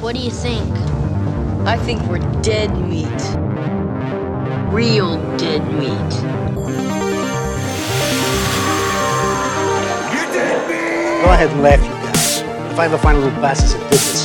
What do you think? I think we're dead meat. Real dead meat. Go ahead and laugh, you guys. If I ever find a little bastard that did this,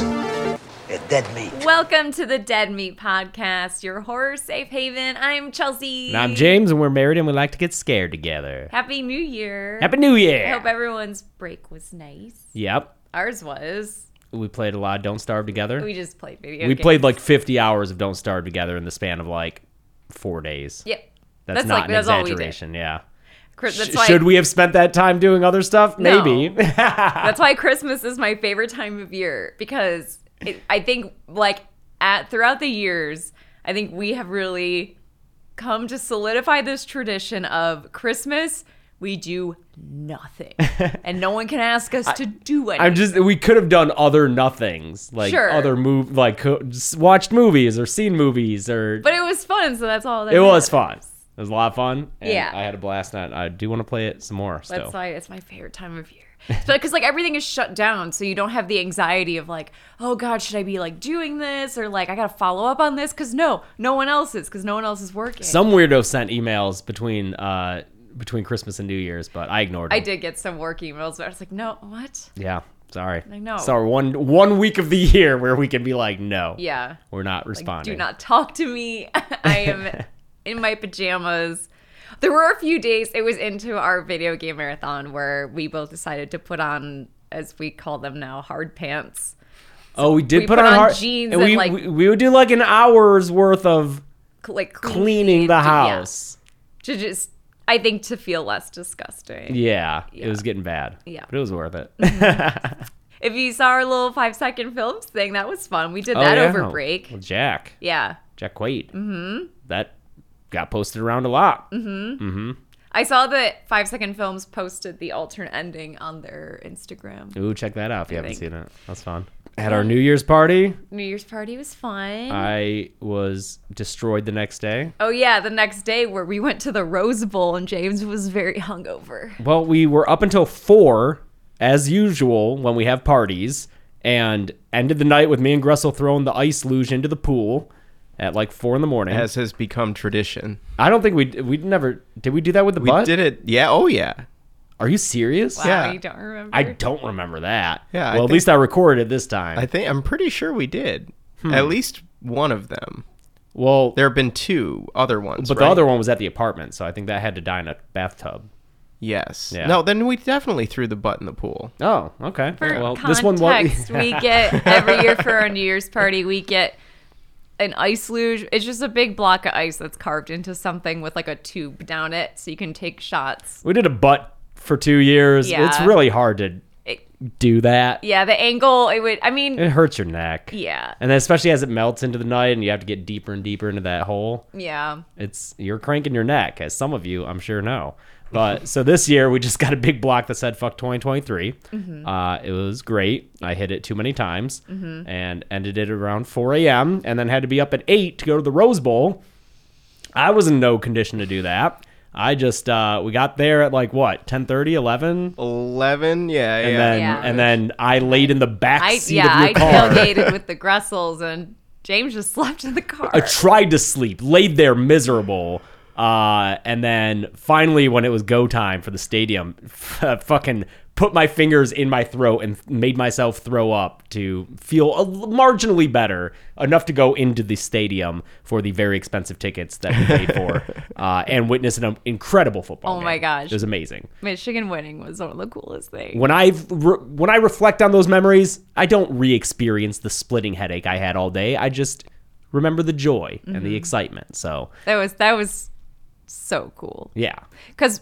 they're dead meat. Welcome to the Dead Meat Podcast, your horror safe haven. I'm Chelsea. And I'm James, and we're married, and we like to get scared together. Happy New Year. Happy New Year! I hope everyone's break was nice. yep. Ours was. We played a lot of Don't Starve Together. We We, just played video games. played like 50 hours of Don't Starve Together in the span of like four days. Yep. That's, not an exaggeration. yeah. All we did. Chri- Sh- That's why, Should we have spent that time doing other stuff? No. Maybe. That's why Christmas is my favorite time of year because it, I think like at throughout the years, I think we have really come to solidify this tradition of Christmas. We do nothing, and no one can ask us to do anything. I'm just we could have done other nothings like Sure. other move like co- just watched movies or seen movies or but it was fun, so that's all. That it was matters. fun. It was a lot of fun. and Yeah. I had a blast. And I I do want to play it some more. So. That's why it's my favorite time of year. But because like everything is shut down, so you don't have the anxiety of like, oh God, should I be like doing this or like I gotta follow up on this? Because no, no one else is because no one else is working. Some weirdo sent emails between uh between Christmas and New Year's, but I ignored it. I did get some work emails, but I was like, no, what? Yeah, sorry. I know. So one one week of the year where we can be like, no, Yeah, we're not like, responding. do not talk to me. I am in my pajamas. There were a few days. It was into our video game marathon where we both decided to put on, as we call them now, hard pants. Oh, we did we put, put on, on hard- jeans we, and, like- we we would do like an hour's worth of cl- like clean cleaning feed the to- yeah. house. to just I think to feel less disgusting. Yeah, it was getting bad. Yeah. but it was worth it. If you saw our little five second films thing, that was fun. We did Oh, that yeah. over break. Well, Jack, Yeah. Jack Quaid. Mm-hmm. That got posted around a lot. Mm-hmm. I saw that five second films posted the alternate ending on their Instagram. Ooh, check that out if you haven't think. seen it. That's fun. At our New Year's party, New Year's party was fun. Uh, I was destroyed the next day. oh yeah, the next day where we went to the Rose Bowl and James was very hungover. Well, we were up until four, as usual, when we have parties, and ended the night with me and Gressel throwing the ice luge into the pool at like four in the morning. as has become tradition. I don't think we we never did we do that with the We butt. did it. Yeah. Oh, yeah. Are you serious? Wow, Yeah. you don't remember. I don't remember that. Yeah, I Well, at think- least I recorded it this time. I think I'm pretty sure we did. Hmm. At least one of them. well, There have been two other ones. but the other one was at the apartment, so I think that had to die in a bathtub. Yes. Yeah. No, then we definitely threw the butt in the pool. Oh, okay. For well, context, this one was. we get every year for our New Year's party, we get an ice luge. It's just a big block of ice that's carved into something with like a tube down it, so you can take shots. We did a butt for two years. Yeah. It's really hard to It- do that. Yeah, the angle. It would. I mean, It hurts your neck. yeah, And then especially as it melts into the night and you have to get deeper and deeper into that hole, yeah. it's you're cranking your neck, as some of you I'm sure know. But so this year we just got a big block that said "fuck 2023." Mm-hmm. Uh, it was great. I hit it too many times Mm-hmm. and ended it around 4 a.m. and then had to be up at eight to go to the Rose Bowl. I was in no condition to do that. I just uh, we got there at like what 10:30, 11, 11. Yeah. and yeah. then Yeah. and then I laid in the back I seat yeah, of your I car. tailgated with the Gressels, and James just slept in the car. I tried to sleep, laid there miserable. Uh, and then finally, when it was go time for the stadium, fucking put my fingers in my throat and made myself throw up to feel a, marginally better, enough to go into the stadium for the very expensive tickets that we paid for uh, and witness an incredible football Oh game. my gosh. It was amazing. Michigan winning was one of the coolest things. When I re- when I reflect on those memories, I don't re-experience the splitting headache I had all day. I just remember the joy and the excitement. So That was that was so cool. yeah, Because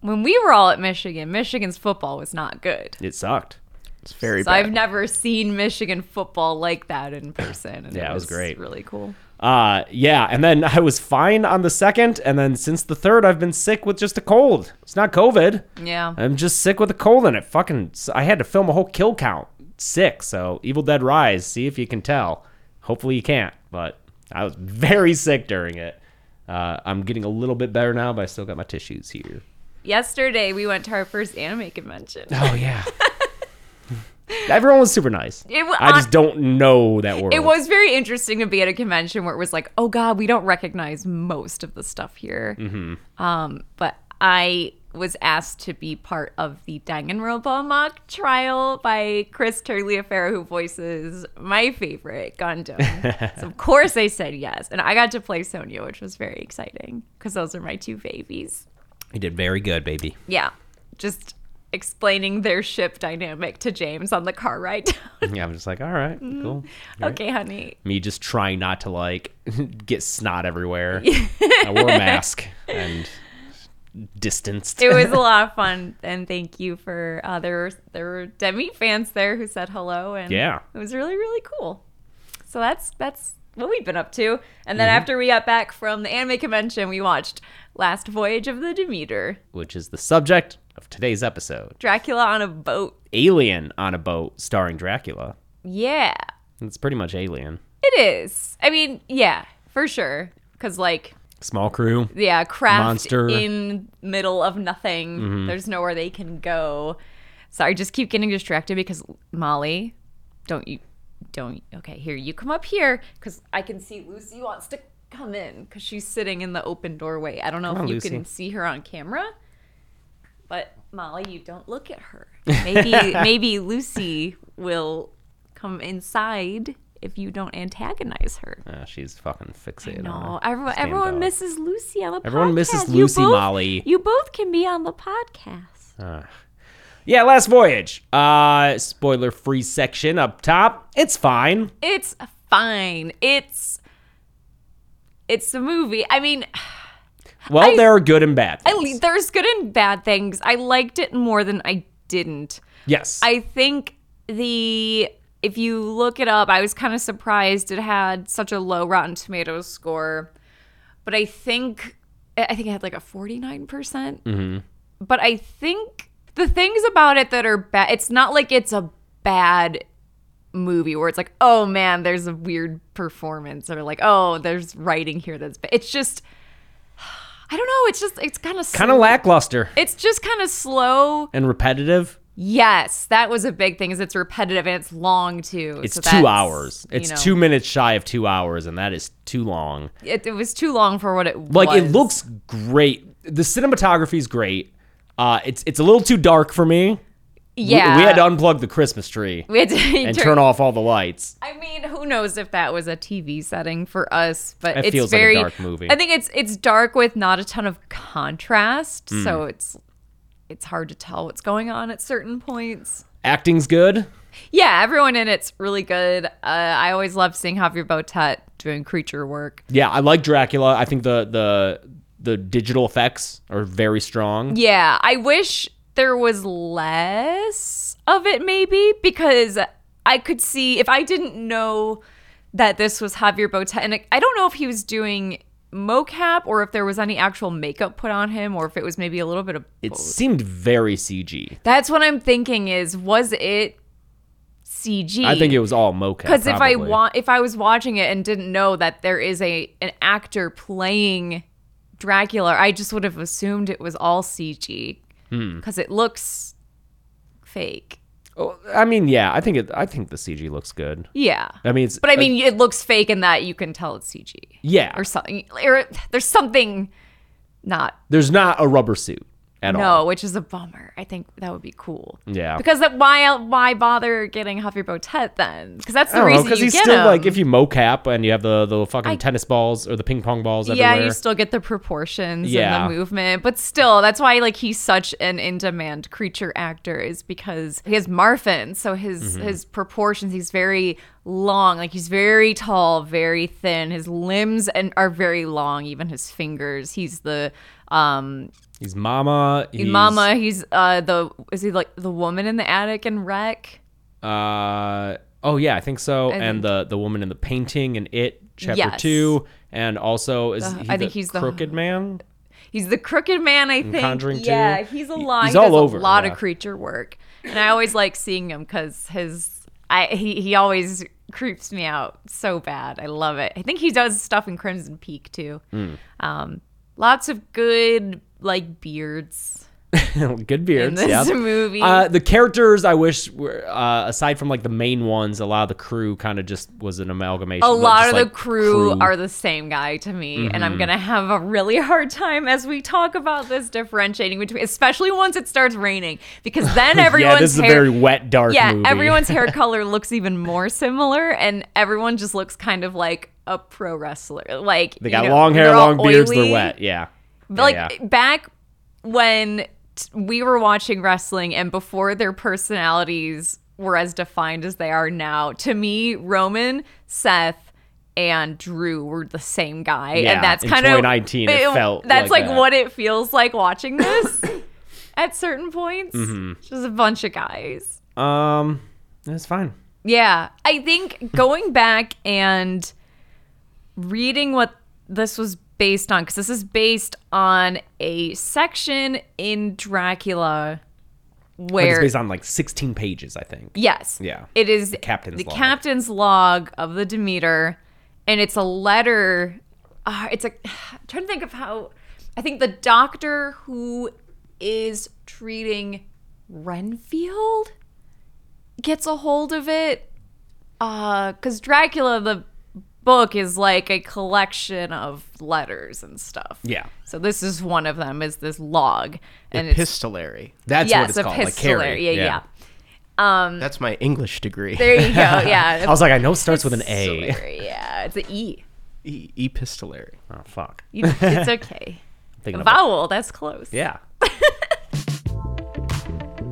when we were all at Michigan, Michigan's football was not good. it sucked. it's very So bad. I've never seen Michigan football like that in person. And Yeah, it was great. Really cool. Uh, yeah, and then I was fine on the second, and then since the third, I've been sick with just a cold. It's not COVID. Yeah. I'm just sick with a cold, and it fucking. I had to film a whole kill count. Sick. So Evil Dead Rise. See if you can tell. Hopefully you can't. But I was very sick during it. Uh, I'm getting a little bit better now, but I still got my tissues here. Yesterday we went to our first anime convention. Oh yeah. Everyone was super nice. It wa- I just don't know that world. It was very interesting to be at a convention where it was like, oh God, we don't recognize most of the stuff here. Um, but I was asked to be part of the Danganronpa mock trial by Chris Terliafero, who voices my favorite Gundam. so of course I said yes, and I got to play Sonya, which was very exciting because those are my two babies. You did very good, baby. Yeah, just explaining their ship dynamic to James on the car ride. down. Yeah, I'm just like, all right, Mm. cool. okay, honey. Me just trying not to like get snot everywhere. I wore a mask and distanced. it was a lot of fun and thank you for uh, there were there were demi fans there who said hello and Yeah. it was really really cool so that's that's what we've been up to and then after we got back from the anime convention we watched last voyage of the demeter which is the subject of today's episode. dracula on a boat Alien on a boat starring Dracula. yeah It's pretty much Alien. it is i mean yeah for sure because like Small crew. yeah craft Monster. Mm-hmm. in middle of nothing there's nowhere they can go so i just keep getting distracted because molly don't you don't okay here you come up here because i can see lucy wants to come in because she's sitting in the open doorway i don't know on, if you Lucy. can see her on camera but molly you don't look at her maybe maybe lucy will come inside if you don't antagonize her Ah, she's fucking fixated on no, her. everyone, Stand everyone dog. misses Lucy on the podcast. Everyone misses You Lucy, both- Molly. You both can be on the podcast. Yeah, last voyage. Uh spoiler free section up top. It's fine. It's fine. It's it's a movie. I mean, Well, I- there are good and bad. I, things. le- there's good and bad things. I liked it more than I didn't. yes. I think the if you look it up, I was kind of surprised it had such a low Rotten Tomatoes score, but I think I think it had like a forty nine percent. But I think the things about it that are bad, it's not like it's a bad movie where it's like, oh man, there's a weird performance or like, oh, there's writing here that's bad. It's just. I don't know. It's just, it's kind of, kind of lackluster it's just kind of slow. and repetitive. Yes, that was a big thing. Is it's repetitive and it's long too. It's so that's, two hours. you It's know, two minutes shy of two hours, and that is too long. It, it was too long for what it was. Like it looks great. The cinematography is great. Uh, it's it's a little too dark for me. We- Yeah, We, had to unplug the Christmas tree we had to and turn, turn off all the lights. I mean, who knows if that was a TV setting for us? But It it's feels like a very dark movie. I think it's it's dark with not a ton of contrast, Mm. so it's it's hard to tell what's going on at certain points. Acting's good. Yeah, everyone in it's really good. Uh, I always love seeing Javier Botet doing creature work. Yeah, I like Dracula. I think the the the digital effects are very strong. Yeah, I wish there was less of it, maybe, because I could see if I didn't know that this was Javier Botet, and I- I don't know if he was doing mocap or if there was any actual makeup put on him or if it was maybe a little bit of It seemed very CG. that's what i'm thinking is was it cg I think it was all mocap. because if I probably. want, if I was watching it and didn't know that there is a an actor playing Dracula, I just would have assumed it was all CG Hmm. because it looks fake. Oh, I mean, yeah, I think it. I think the CG looks good. Yeah, I mean, it's, but I mean, it looks fake in that you can tell it's CG yeah, or something. Or there's something not there's not a rubber suit at all. no, which is a bummer. I think that would be cool. Yeah. because that, why why bother getting Javier Botet then? Because that's I the don't know reason because you he's get still him. like if you mocap and you have the the fucking tennis balls or the ping pong balls Yeah, everywhere. you still get the proportions Yeah. and the movement, but still, that's why like he's such an in-demand creature actor is because he has Marfan, so his Mm-hmm. his proportions, he's very long, like he's very tall, very thin. His limbs and are very long, even his fingers. He's the um he's mama. He's, mama. He's uh the is he like the woman in the attic in Wreck? Uh, oh yeah, I think so. I think- and the the woman in the painting and it chapter Yes. two, and also is he I the think he's the- crooked man. He's the crooked man, I think. Conjuring yeah, 2. he's a He- lot. he's he does all a over, lot yeah. of creature work, and I always like seeing him because his, I he he always creeps me out so bad. I love it. I think he does stuff in Hmm. Crimson Peak too. Um, lots of good like beards. good beards. this yeah. movie. Uh, the characters I wish were uh, aside from like the main ones. A lot of the crew kind of just was an amalgamation. a but lot just, of the like, Mm-hmm. crew, are the same guy to me, and I'm gonna have a really hard time as we talk about this differentiating between, especially once it starts raining, because then everyone's yeah, this is hair, a very wet, dark yeah, movie. everyone's hair color looks even more similar, and everyone just looks kind of like a pro wrestler. Like they got long hair, long beards. They're wet. Yeah. But like Yeah, yeah. back when t- we were watching wrestling and before their personalities were as defined as they are now, to me, Roman, Seth, and Drew were the same guy, Yeah, and that's in kind of 2019 it felt That's like like, that. what it feels like watching this at certain points. Mm-hmm. Just a bunch of guys. Um, that's fine. Yeah, I think going back and reading what this was based on, because this is based on a section in Dracula Like, Oh, it's where based on like 16 pages, I think. yes, Yeah. it is the captain's the log. captain's log of the Demeter, and it's a letter. Uh, it's a I'm trying to think of how I think the doctor who is treating Renfield gets a hold of it because Dracula the book is like a collection of letters and stuff. Yeah. So this is one of them. Is this log and it's Epistolary. That's yes, what it's called. Like epistolary. Carrie. yeah, yeah. Mm. That's my English degree. There you go. Yeah. I was like, I know it starts with an A. Epistolary, Yeah, it's an E. E- epistolary. Oh, fuck. You- It's okay. Thinking about- Vowel, that's close. Yeah.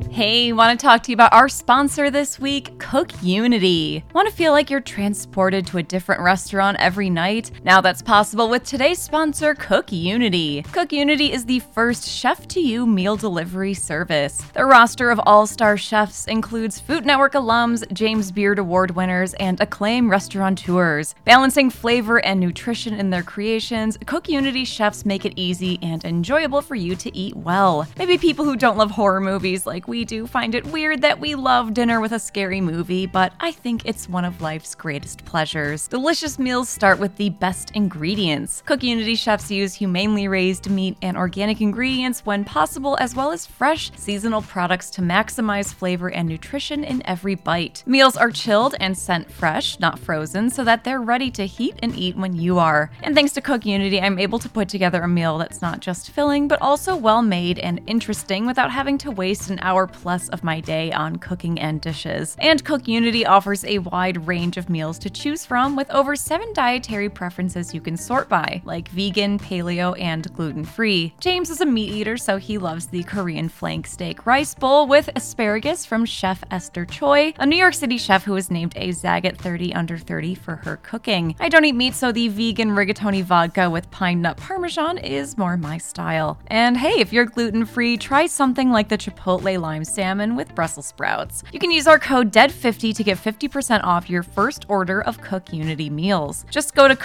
Hey, want to talk to you about our sponsor this week, Cook Unity. Want to feel like you're transported to a different restaurant every night? Now that's possible with today's sponsor, Cook Unity. Cook Unity is the first chef to you meal delivery service. Their roster of all star chefs includes Food Network alums, James Beard Award winners, and acclaimed restaurateurs. Balancing flavor and nutrition in their creations, Cook Unity chefs make it easy and enjoyable for you to eat well. Maybe people who don't love horror movies like we do find it weird that we love dinner with a scary movie, but I think it's one of life's greatest pleasures. Delicious meals start with the best ingredients. Cook Unity chefs use humanely raised meat and organic ingredients when possible, as well as fresh seasonal products to maximize flavor and nutrition in every bite. Meals are chilled and sent fresh, not frozen, so that they're ready to heat and eat when you are. And thanks to Cook Unity, I'm able to put together a meal that's not just filling, but also well made and interesting without having to waste an hour plus of my day on cooking and dishes. And Cook Unity offers a wide range of meals to choose from with over seven dietary preferences you can sort by, like vegan, paleo, and gluten free. James is a meat eater, so he loves the Korean flank steak rice bowl with asparagus from Chef Esther Choi, a New York City chef who was named a Zagat 30 under 30 for her cooking. I don't eat meat, so the vegan rigatoni vodka with pine nut parmesan is more my style. And hey, if you're gluten free, try something like the Chipotle lime salmon with Brussels sprouts. You can use our code DEAD50 to get 50% off your first order of Cook Unity meals. Just go to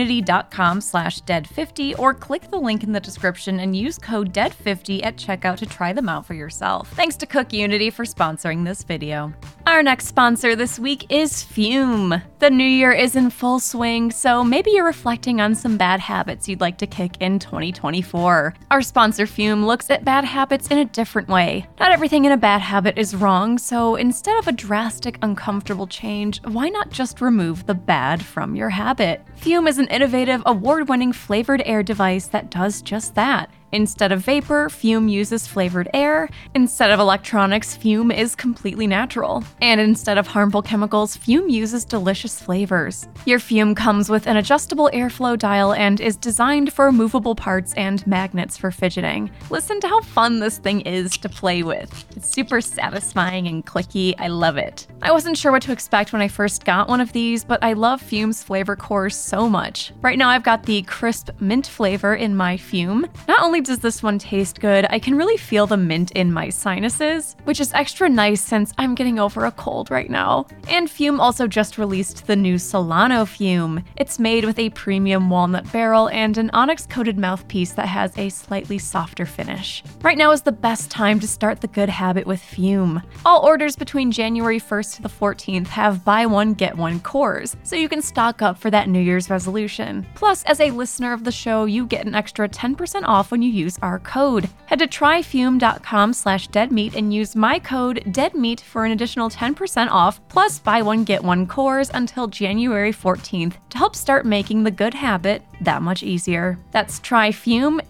cookunity.com slash dead50 or click the link in the description and use code DEAD50 at checkout to try them out for yourself. Thanks to Cook Unity for sponsoring this video. Our next sponsor this week is Fume. The new year is in full swing, so maybe you're reflecting on some bad habits you'd like to kick in 2024. Our sponsor Fume looks at bad habits in a different way. Not everything in a bad habit is wrong, so instead of a drastic, uncomfortable change, why not just remove the bad from your habit? Fume is an innovative, award winning flavored air device that does just that. Instead of vapor, fume uses flavored air. Instead of electronics, fume is completely natural. And instead of harmful chemicals, fume uses delicious flavors. Your fume comes with an adjustable airflow dial and is designed for movable parts and magnets for fidgeting. Listen to how fun this thing is to play with. It's super satisfying and clicky. I love it. I wasn't sure what to expect when I first got one of these, but I love Fume's flavor core so much. Right now, I've got the crisp mint flavor in my Fume. Not only does this one taste good, I can really feel the mint in my sinuses, which is extra nice since I'm getting over a cold right now. And Fume also just released the new Solano Fume. It's made with a premium walnut barrel and an onyx coated mouthpiece that has a slightly softer finish. Right now is the best time to start the good habit with Fume. All orders between January 1st to the 14th have buy one, get one cores, so you can stock up for that New Year's resolution. Plus, as a listener of the show, you get an extra 10% off when you you use our code. Head to tryfume.com slash deadmeat and use my code deadmeat for an additional 10% off plus buy one get one course until January 14th to help start making the good habit that much easier. That's tryfume,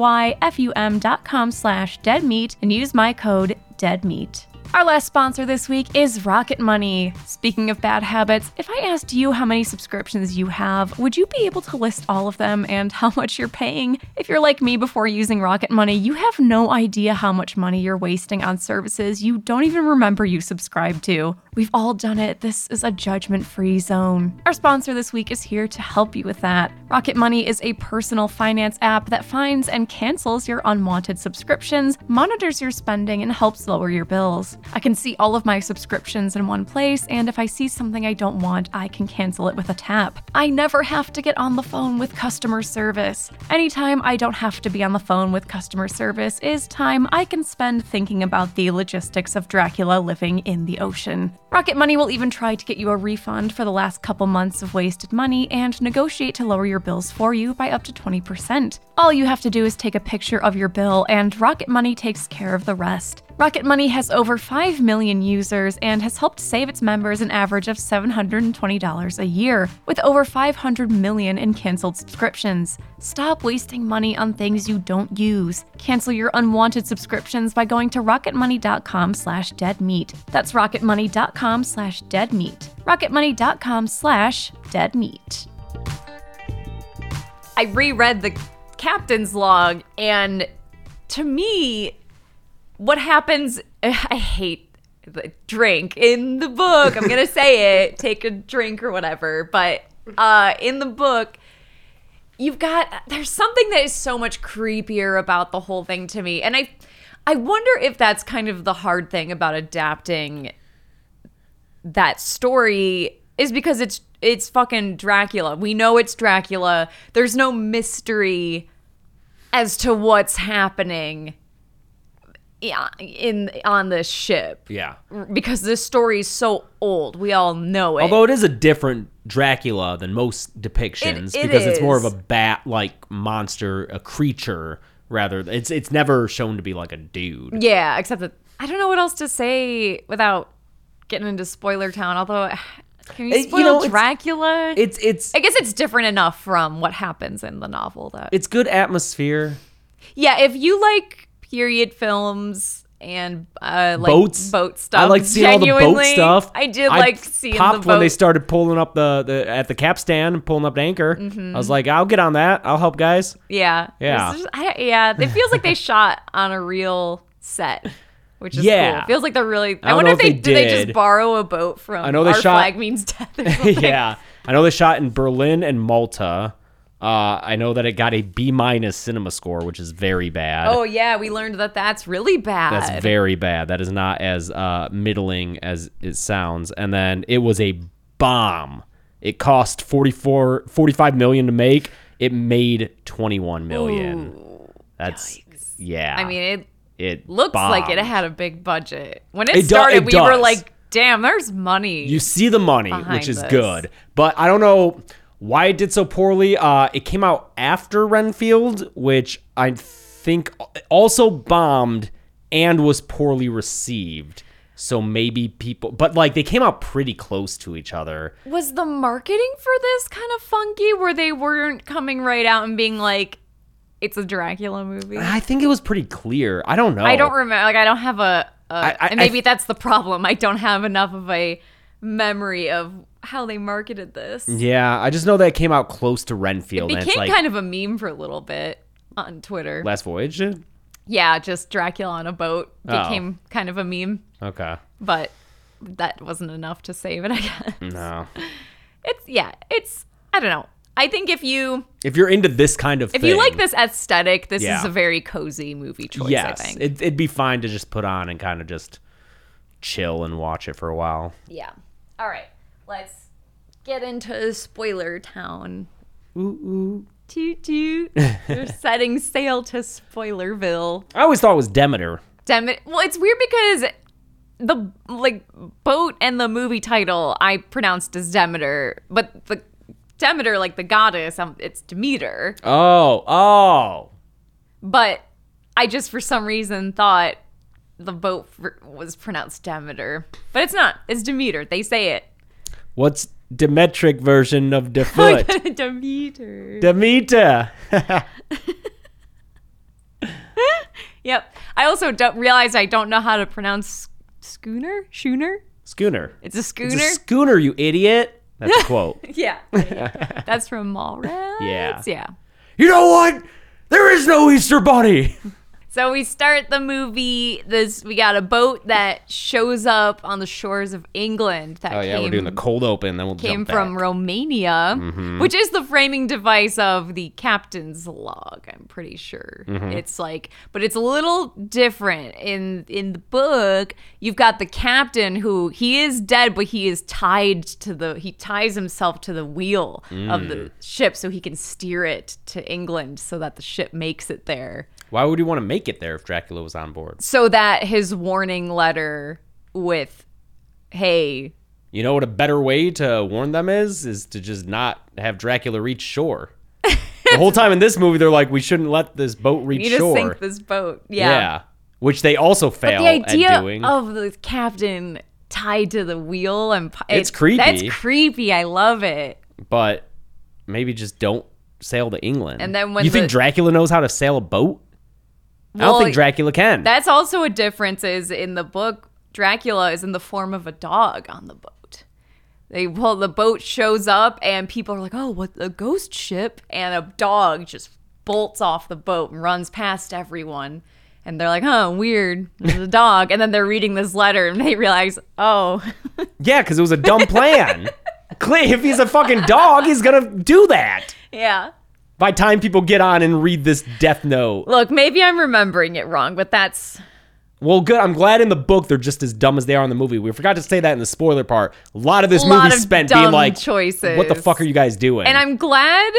T-R-Y-F-U-M dot com slash deadmeat and use my code deadmeat. Our last sponsor this week is Rocket Money. Speaking of bad habits, if I asked you how many subscriptions you have, would you be able to list all of them and how much you're paying? If you're like me before using Rocket Money, you have no idea how much money you're wasting on services you don't even remember you subscribe to. We've all done it. This is a judgment free zone. Our sponsor this week is here to help you with that. Rocket Money is a personal finance app that finds and cancels your unwanted subscriptions, monitors your spending, and helps lower your bills. I can see all of my subscriptions in one place, and if I see something I don't want, I can cancel it with a tap. I never have to get on the phone with customer service. Anytime I don't have to be on the phone with customer service is time I can spend thinking about the logistics of Dracula living in the ocean. Rocket Money will even try to get you a refund for the last couple months of wasted money and negotiate to lower your bills for you by up to 20%. All you have to do is take a picture of your bill, and Rocket Money takes care of the rest. Rocket Money has over 5 million users and has helped save its members an average of $720 a year, with over 500 million in canceled subscriptions. Stop wasting money on things you don't use. Cancel your unwanted subscriptions by going to rocketmoney.com slash deadmeat. That's rocketmoney.com slash deadmeat. rocketmoney.com slash deadmeat. I reread the captain's log, and to me, what happens? I hate the drink in the book. I'm gonna say it. Take a drink or whatever. But uh, in the book, you've got there's something that is so much creepier about the whole thing to me, and I I wonder if that's kind of the hard thing about adapting that story is because it's it's fucking Dracula. We know it's Dracula. There's no mystery as to what's happening yeah, in on this ship Yeah. because this story is so old. We all know it. Although it is a different Dracula than most It- depictions it because it's more of is. a bat-like monster, a creature rather. It's it's never shown to be like a Mm. dude. yeah, except that I don't know what else to say without getting into spoiler town. Although, can It- you you spoil know, it's- Dracula? It's it's I guess it's different enough from what happens in the novel that it's good atmosphere. Yeah, if you like period films and uh, like boats, boat stuff, I like seeing all the boat genuinely, stuff. I did like seeing the popped boat. when they started pulling up the, the at the capstan and pulling up the anchor. I Mm-hmm. was like, I'll get on that. I'll help guys. yeah, Yeah. It's just- I- yeah. It feels like they shot on a real set. Which is Yeah. cool. It feels like they're really. I, don't wonder know if if they, they did. They just did. borrow a boat from. I know they Our shot- Flag means death. or something. yeah, I know they shot in Berlin and Malta. Uh, I know that it got a B minus cinema score, which is very bad. Oh yeah, we learned that that's really bad. That's very bad. That is not as uh, middling as it sounds. And then it was a bomb. It cost 44, 45 million to make. It made 21 million. That's, yeah. I mean, it it looks like it bombed. had a big budget. When it, It do- started, it we were does. like, "Damn, there's money." You see the money, behind which is this. good. But I don't know why it did so poorly. Uh, it came out after Renfield, which I think also bombed and was poorly received. So maybe people, but like they came out pretty close to each other. was the marketing for this kind of funky where they weren't coming right out and being like it's a dracula movie I think it was pretty clear. I don't know. i don't remember like i don't have a, a Oh. I- and I- maybe that's the problem i don't have enough of a memory of how they marketed this Yeah, I just know that it came out close to Renfield. and became it's like kind of a meme for a little bit on twitter Last Voyage. did? yeah just dracula on a boat Oh. became kind of a meme Okay. but that wasn't enough to save it i guess No. it's yeah it's i don't know i think if you If you're into this kind of If thing, you like this aesthetic, this is Yeah. a very cozy movie choice, yes, I think. It, it'd be fine to just put on and kind of just chill and watch it for a while. yeah. All right. Let's get into spoiler town. Ooh, ooh. Toot toot. We're setting sail to Spoilerville. I always thought it was Demeter. Damn it. Well, it's weird because the like boat and the movie title I pronounced as Demeter, but the Demeter, like the goddess, um, it's Demeter. Oh, oh, But I just, for some reason, thought the boat for, was pronounced Demeter. But it's not. It's Demeter. They say it. What's Demetric version of Defoot? Demeter. Demeter. Yep. I also don't realize I don't know how to pronounce schooner. Schooner. Schooner. It's a schooner. It's a schooner, you idiot. That's a quote. yeah. That's from Mallrats. Yeah. Yeah. you know what? There is no Easter Bunny. So we start the movie. This we got a boat that shows up on the shores of England. That Oh yeah, came, we're doing the cold open. Then we'll came jump from back. Mm-hmm. Romania, which is the framing device of the captain's log. I'm pretty sure Mm-hmm. it's like, but it's a little different in in the book. You've got the captain who he is dead, but he is tied to the he ties himself to the wheel of Mm. the ship so he can steer it to England so that the ship makes it there Why would you want to make it there if Dracula was on board? so that his warning letter with hey You know what a better way to warn them is? Is to just not have Dracula reach shore. the whole time in this movie, they're like, we shouldn't let this boat you reach need shore. to sink this boat yeah. Which they also but fail the idea at doing. of the captain tied to the wheel and pi- It's it- creepy. that's creepy i love it but maybe just don't sail to England. And then when you the- think Dracula knows how to sail a boat? I Well, don't think Dracula can. that's also a difference is in the book dracula is in the form of a dog on the boat they well the boat shows up and people are like oh what a ghost ship and a dog just bolts off the boat and runs past everyone and they're like huh weird there's a dog and then they're reading this letter and they realize oh yeah, because it was a dumb plan. Clay, if he's a fucking dog, he's gonna do that. yeah By time people get on and read this death note. look maybe i'm remembering it wrong but that's Well, good. I'm glad in the book they're just as dumb as they are in the movie. We forgot to say that in the spoiler part. A lot of this Lot movie of spent dumb being like, choices. "What the fuck are you guys doing?" and I'm glad.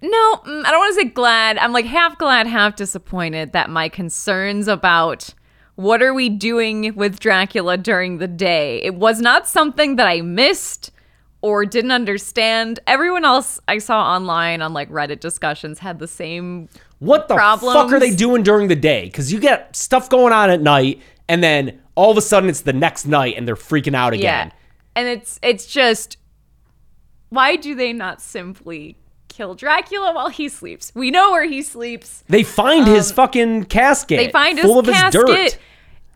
No, mm, I don't want to say glad. I'm like half glad, half disappointed that my concerns about what are we doing with Dracula during the day. It was not something that I missed or didn't understand. Everyone else I saw online on like Reddit discussions had the same. What the fuck are problems. they doing during the day? Because you get stuff going on at night, and then all of a sudden it's the next night, and they're freaking out Yeah. again. And it's it's just why do they not simply kill Dracula while he sleeps? We know where he sleeps. They find his fucking casket. Um, They find his full of casket. his dirt.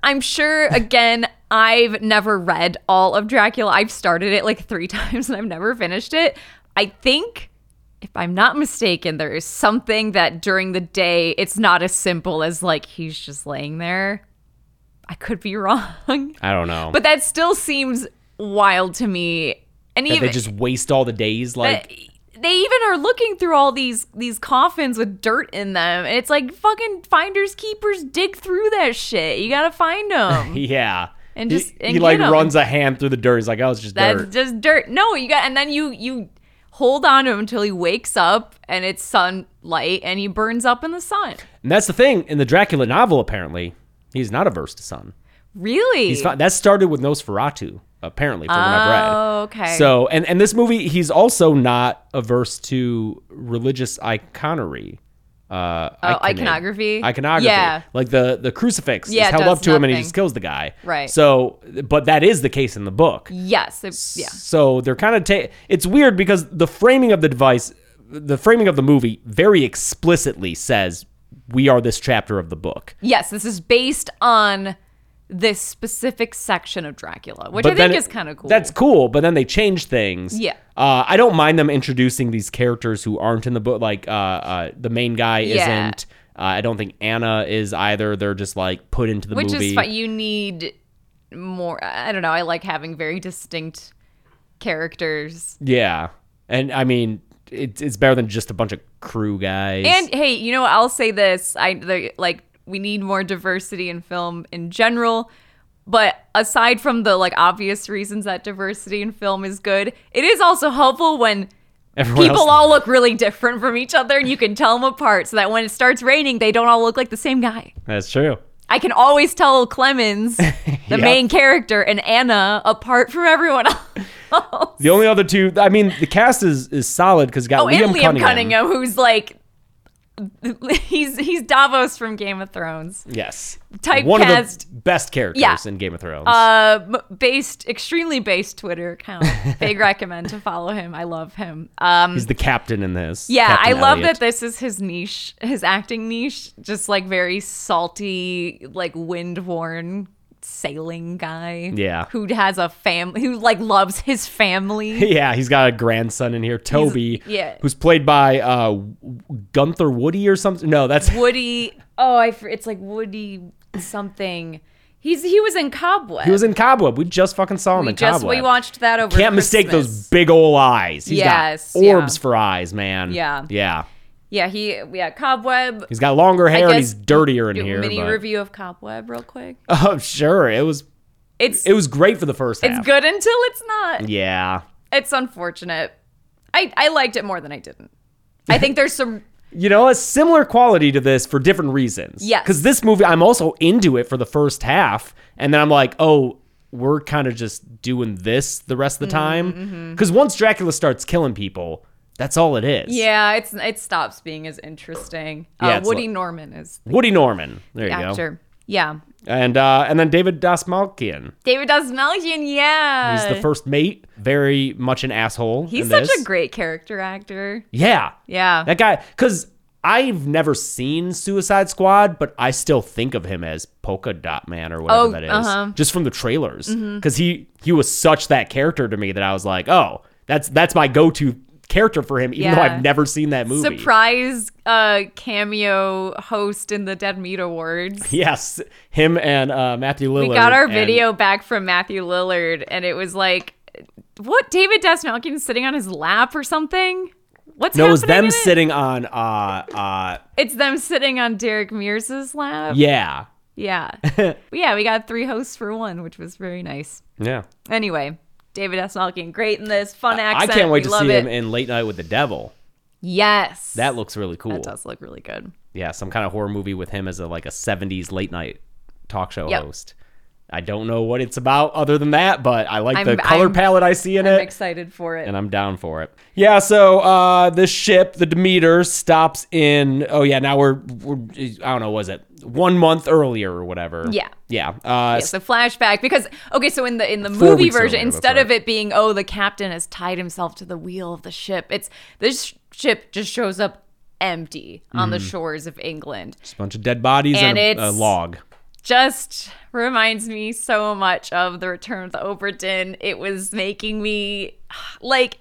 I'm sure. Again, I've never read all of Dracula. I've started it like three times and I've never finished it. I think, if I'm not mistaken, there is something that during the day it's not as simple as like he's just laying there. I could be wrong, I don't know. but that still seems wild to me. And that even they just waste all the days. Like they even are looking through all these these coffins with dirt in them and it's like fucking finders keepers dig through that shit you gotta find them yeah. And He- just- he, and get like 'em. runs a hand through the dirt. He's like, "Oh, it's just that's dirt." just dirt no you got and then you you hold on to him until he wakes up and it's sunlight and he burns up in the sun and that's the thing in the Dracula novel. Apparently, he's not averse to sun. really He's fine. That started with Nosferatu, apparently, from what I've read. Oh, okay. So, and and this movie, he's also not averse to religious iconery. Uh, Oh, icony- iconography? Iconography. Yeah. Like the the crucifix Yeah, is it held does up to him, and he nothing. just kills the guy. Right. So, but that is the case in the book. yes it- yeah So they're kind of ta- it's weird because the framing of the device, the framing of the movie, very explicitly says we are this chapter of the book. yes this is based on this specific section of dracula which i then think it- is kind of cool That's cool, but then they change things. Yeah. Uh, I don't mind them introducing these characters who aren't in the book. Like uh, uh, the main guy Yeah. isn't. Uh, I don't think Anna is either. They're just like put into the which movie. is fine. You need more. I don't know. I like having very distinct characters. Yeah, and I mean it's it's better than just a bunch of crew guys. And hey, you know, I'll say this. I the, like we need more diversity in film in general. But aside from the like obvious reasons that diversity in film is good, it is also helpful when Everyone people else- all look really different from each other and you can tell them apart so that when it starts raining, they don't all look like the same guy. That's true. I can always tell Clemens, the main character, and Anna apart from everyone else. The only other two, I mean, the cast is is solid because got Oh, Liam, and Liam Cunningham. who's like he's he's Davos from Game of Thrones. Yes. Typecast. One of the best characters Yeah. in Game of Thrones. Uh, m- based extremely based Twitter account. Big recommend to follow him. I love him. Um, He's the captain in this. yeah, I Captain love Elliot. that this is his niche, his acting niche. Just like very salty, like wind worn sailing guy. Yeah. who has a family, who like loves his family. Yeah, he's got a grandson in here, Toby, yeah. who's played by uh, W- Gunther Woody or something. No, that's Woody. Oh, I. fr- It's like Woody something. He's he was in Cobweb. he was in Cobweb. We just fucking saw him We in just Cobweb. we watched that over. Can't mistake Christmas. those big ol' eyes. He's Yes, got yeah. orbs for eyes, man. Yeah. yeah. Yeah, he yeah Cobweb. He's got longer hair and guess- he's dirtier in Do a here. mini but- review of Cobweb real quick. Oh, sure. It was It's it was great for the first half. it's good until it's not. Yeah. It's unfortunate. I I liked it more than I didn't. I think there's some you know, a similar quality to this for different reasons. Yes. Because this movie, I'm also into it for the first half, and then I'm like, oh, we're kind of just doing this the rest Mm-hmm, of the time. Because once Dracula starts killing people, that's all it is. yeah. It's it stops being as interesting. Yeah, uh, it's Woody like- Norman is Woody Norman. There the you actor. Yeah, go. And uh, and then David Dasmalkian. David Dasmalkian. Yeah, He's the first mate. Very much an asshole. Uh, He's in such this. a great character actor. Yeah. Yeah. That guy, because I've never seen Suicide Squad, but I still think of him as Polka Dot Man or whatever Oh, that is, uh-huh. Mm-hmm. just from the trailers. Because he he was such that character to me that I was like, oh, that's that's my go to character for him, even though Yeah. I've never seen that movie. Surprise uh, cameo host in the Dead Meat Awards. Yes, him and uh, Matthew Lillard. We got our and- video back from Matthew Lillard, and it was like, what? David Desmalkin sitting on his lap or something? What's No, it was happening them in it? sitting on. uh uh It's them sitting on Derek Mears's lap. Yeah, Yeah. Yeah. we got three hosts for one, which was very nice. yeah. Anyway, David Desmalkin, great in this fun I accent. can't wait we to love see it. him in Late Night with the Devil. yes, That looks really cool. that does look really good. yeah, some kind of horror movie with him as a like a 70s late night talk show Yep. host. I don't know what it's about other than that, but I like the I'm- color I'm- palette I see in I'm it. excited for it. Uh, and I'm down for it. Yeah, so uh the ship, the Demeter stops in oh yeah, now we're, we're I don't know, was it 1 month earlier or whatever. Yeah. Yeah. Uh It's a flashback because okay, so in the in the Four movie weeks version, earlier, that's instead of right. it being oh the captain has tied himself to the wheel of the ship, it's this ship just shows up empty on Mm-hmm. the shores of England. just a bunch of dead bodies and, And a- a, it's- log. Just reminds me so much of the Return of the Overton. It was making me like.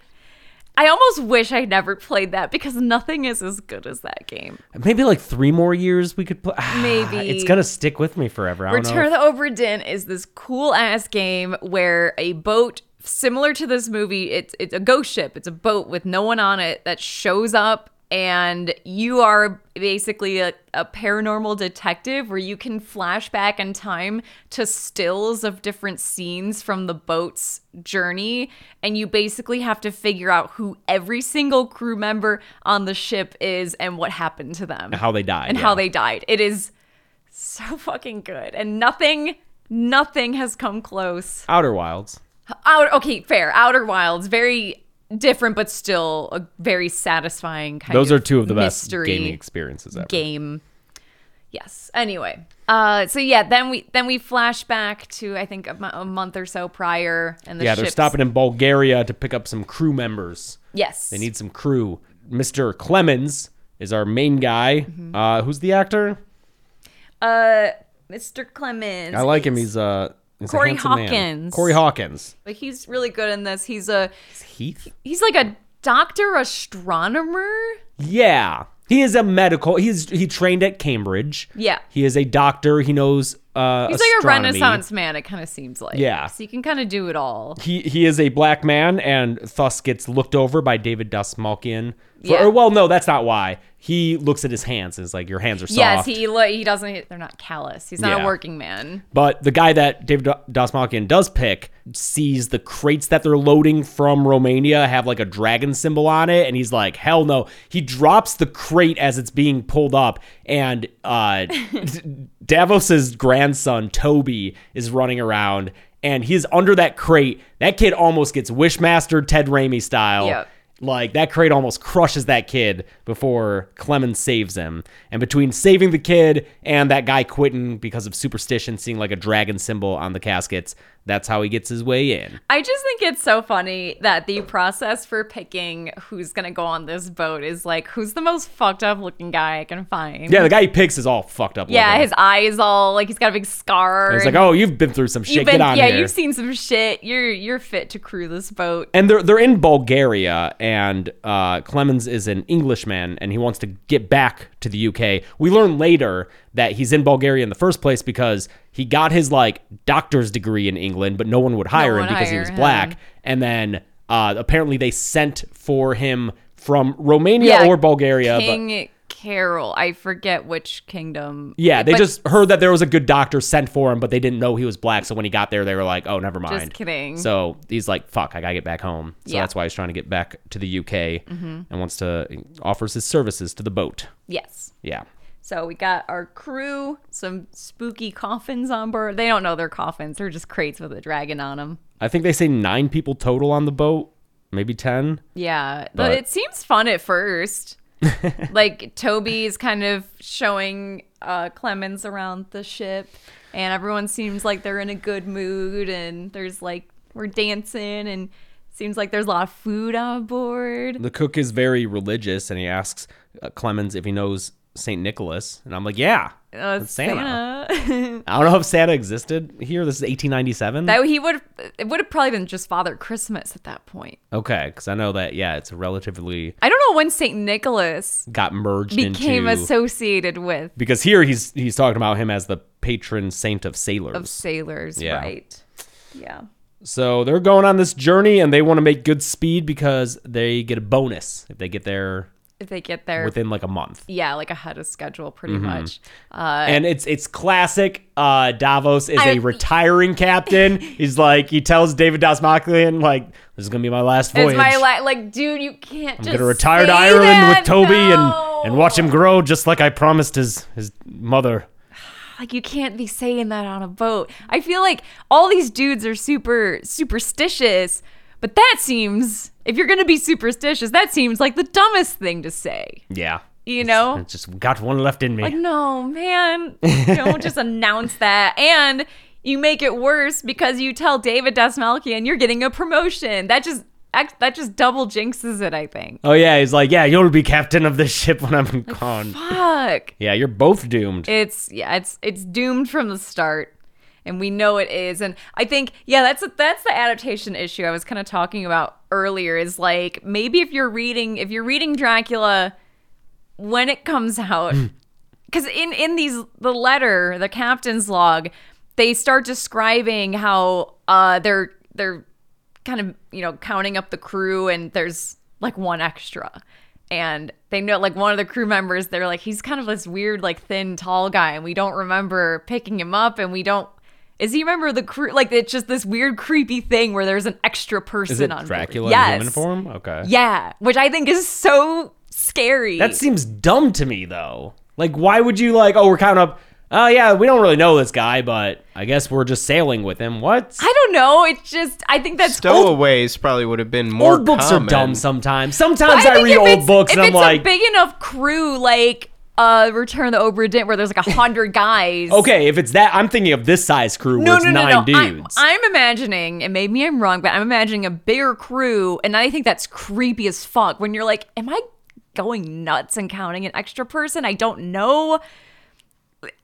I almost wish I never played that because nothing is as good as that game. Maybe like 3 more years we could play. Maybe. it's going to stick with me forever. I don't know. Return of the Oberdin is this cool ass game where a boat similar to this movie, it's it's a ghost ship. It's a boat with no one on it that shows up and you are basically a, a paranormal detective where you can flash back in time to stills of different scenes from the boat's journey and you basically have to figure out who every single crew member on the ship is and what happened to them And how they died, and yeah. how they died it is so fucking good and nothing nothing has come close Outer Wilds. Outer, okay fair outer wilds very different but still a very satisfying kind Those of are two of the best mystery gaming experiences ever. game yes anyway uh so yeah then we then we flash back to i think a, mo- a month or so prior and the yeah, they're ship's- stopping in Bulgaria to pick up some crew members. yes They need some crew. Mr. Clemens is our main guy. Mm-hmm. Uh, who's the actor? uh mr clemens I like him. He's uh, he's Corey a handsome man. Hawkins. Corey Hawkins. But he's really good in this he's a Heath. he's like a doctor astronomer Yeah, he is a medical. He's he trained at Cambridge. Yeah. he is a doctor. He knows. Uh, He's like a astronomy. Renaissance man. It kind of seems like. Yeah. So you can kind of do it all. He he is a black man and thus gets looked over by David Dustmalkian. For, Yeah. Or well, no, that's not why. He looks at his hands and is like, "Your hands are soft." Yes, he li- he doesn't. They're not callous. He's not Yeah. a working man. But the guy that David Dasmalkian does pick sees the crates that they're loading from Romania have like a dragon symbol on it, and he's like, "Hell no!" He drops the crate as it's being pulled up, and uh, D- Davos's grandson Toby is running around, and he's under that crate. That kid almost gets wishmastered Ted Raimi style. Yep. Like that crate almost crushes that kid before Clemens saves him. And between saving the kid and that guy quitting because of superstition, seeing like a dragon symbol on the caskets, that's how he gets his way in. I just think it's so funny that the process for picking who's gonna go on this boat is like who's the most fucked up looking guy I can find. Yeah, the guy he picks is all fucked up. Yeah, looking. his eyes all like he's got a big scar. It's and like, oh, you've been through some shit. you've been, Get on yeah, here. you've seen some shit. You're you're fit to crew this boat. and they're they're in Bulgaria, and uh, Clemens is an Englishman, and he wants to get back to the UK. We learn later that he's in Bulgaria in the first place because he got his like doctor's degree in England, but no one would hire him one because he hire was him. black. And then uh, apparently they sent for him from Romania Yeah, or Bulgaria. but- King Carol, I forget which kingdom. yeah, they but just heard that there was a good doctor sent for him, but they didn't know he was black. So when he got there, they were like, "Oh, never mind." kidding. So he's like, "Fuck, I gotta get back home." So Yeah. Mm-hmm. that's why he's trying to get back to the UK and wants to offers his services to the boat. yes. Yeah, So we got our crew, some spooky coffins on board. They don't know they're coffins; they're just crates with a dragon on them. I think they say nine people total on the boat, maybe ten. Yeah, but, But- it seems fun at first. like Toby's kind of showing uh, Clemens around the ship, and everyone seems like they're in a good mood, and there's like we're dancing, and seems like there's a lot of food on board. The cook is very religious, and he asks uh, Clemens if he knows Saint Nicholas, and I'm like, "Yeah." Uh, That's Santa. Santa. I don't know if Santa existed here. This is 1897. that he would it would have probably been just Father Christmas at that point. okay, because I know that. Yeah, it's relatively I don't know when Saint Nicholas got merged became into associated with because here he's he's talking about him as the patron saint of sailors. of sailors, Yeah. right? Yeah. so they're going on this journey and they want to make good speed because they get a bonus if they get there If they get there within like a month. yeah, like ahead of schedule pretty Mm-hmm. much. Uh, and it's it's classic. Uh, Davos is a I- retiring captain. He's like he tells David Dasmaklian like this is gonna be my last voyage. It's my li- like, dude, you can't just I'm gonna retire to say Ireland that. with Toby No. and and watch him grow just like I promised his his mother. Like you can't be saying that on a boat. I feel like all these dudes are super superstitious, but that seems if you're gonna be superstitious, that seems like the dumbest thing to say. Yeah, You know? it's just got one left in me. Like, no, man, don't just announce that. And you make it worse because you tell David Dasmalkian you're getting a promotion. That just act- that just double jinxes it. I think. Oh yeah, he's like, yeah, you'll be captain of this ship when I'm gone. Fuck. Yeah, you're both doomed. It's yeah, it's it's doomed from the start. And we know it is. And I think, yeah, that's that's the adaptation issue I was kind of talking about earlier is like maybe if you're reading if you're reading Dracula when it comes out Hmm. cuz in in these the letter, the captain's log, they start describing how uh they're they're kind of you know counting up the crew and there's like one extra and they know like one of the crew members they're like he's kind of this weird like thin tall guy and we don't remember picking him up and we don't is he member of the crew like it's just this weird creepy thing where there's an extra person Is it on board. Dracula yes. in human form? Okay. yeah which i think is so scary That seems dumb to me though. Like why would you like, oh, we're counting up oh yeah, we don't really know this guy, but I guess we're just sailing with him. What? i don't know it's just i think that's Stowaways probably would have been more old books common. are dumb sometimes. But Sometimes I, think read if old it's- books if and I'm it's like a big enough crew like uh return of the obra dint where there's like a hundred guys Okay, if it's that I'm thinking of this size crew where it's nine dudes. I, am imagining, and maybe I'm wrong, but I'm imagining a bigger crew, and I think that's creepy as fuck. When you're like, am I going nuts and counting an extra person? I don't know.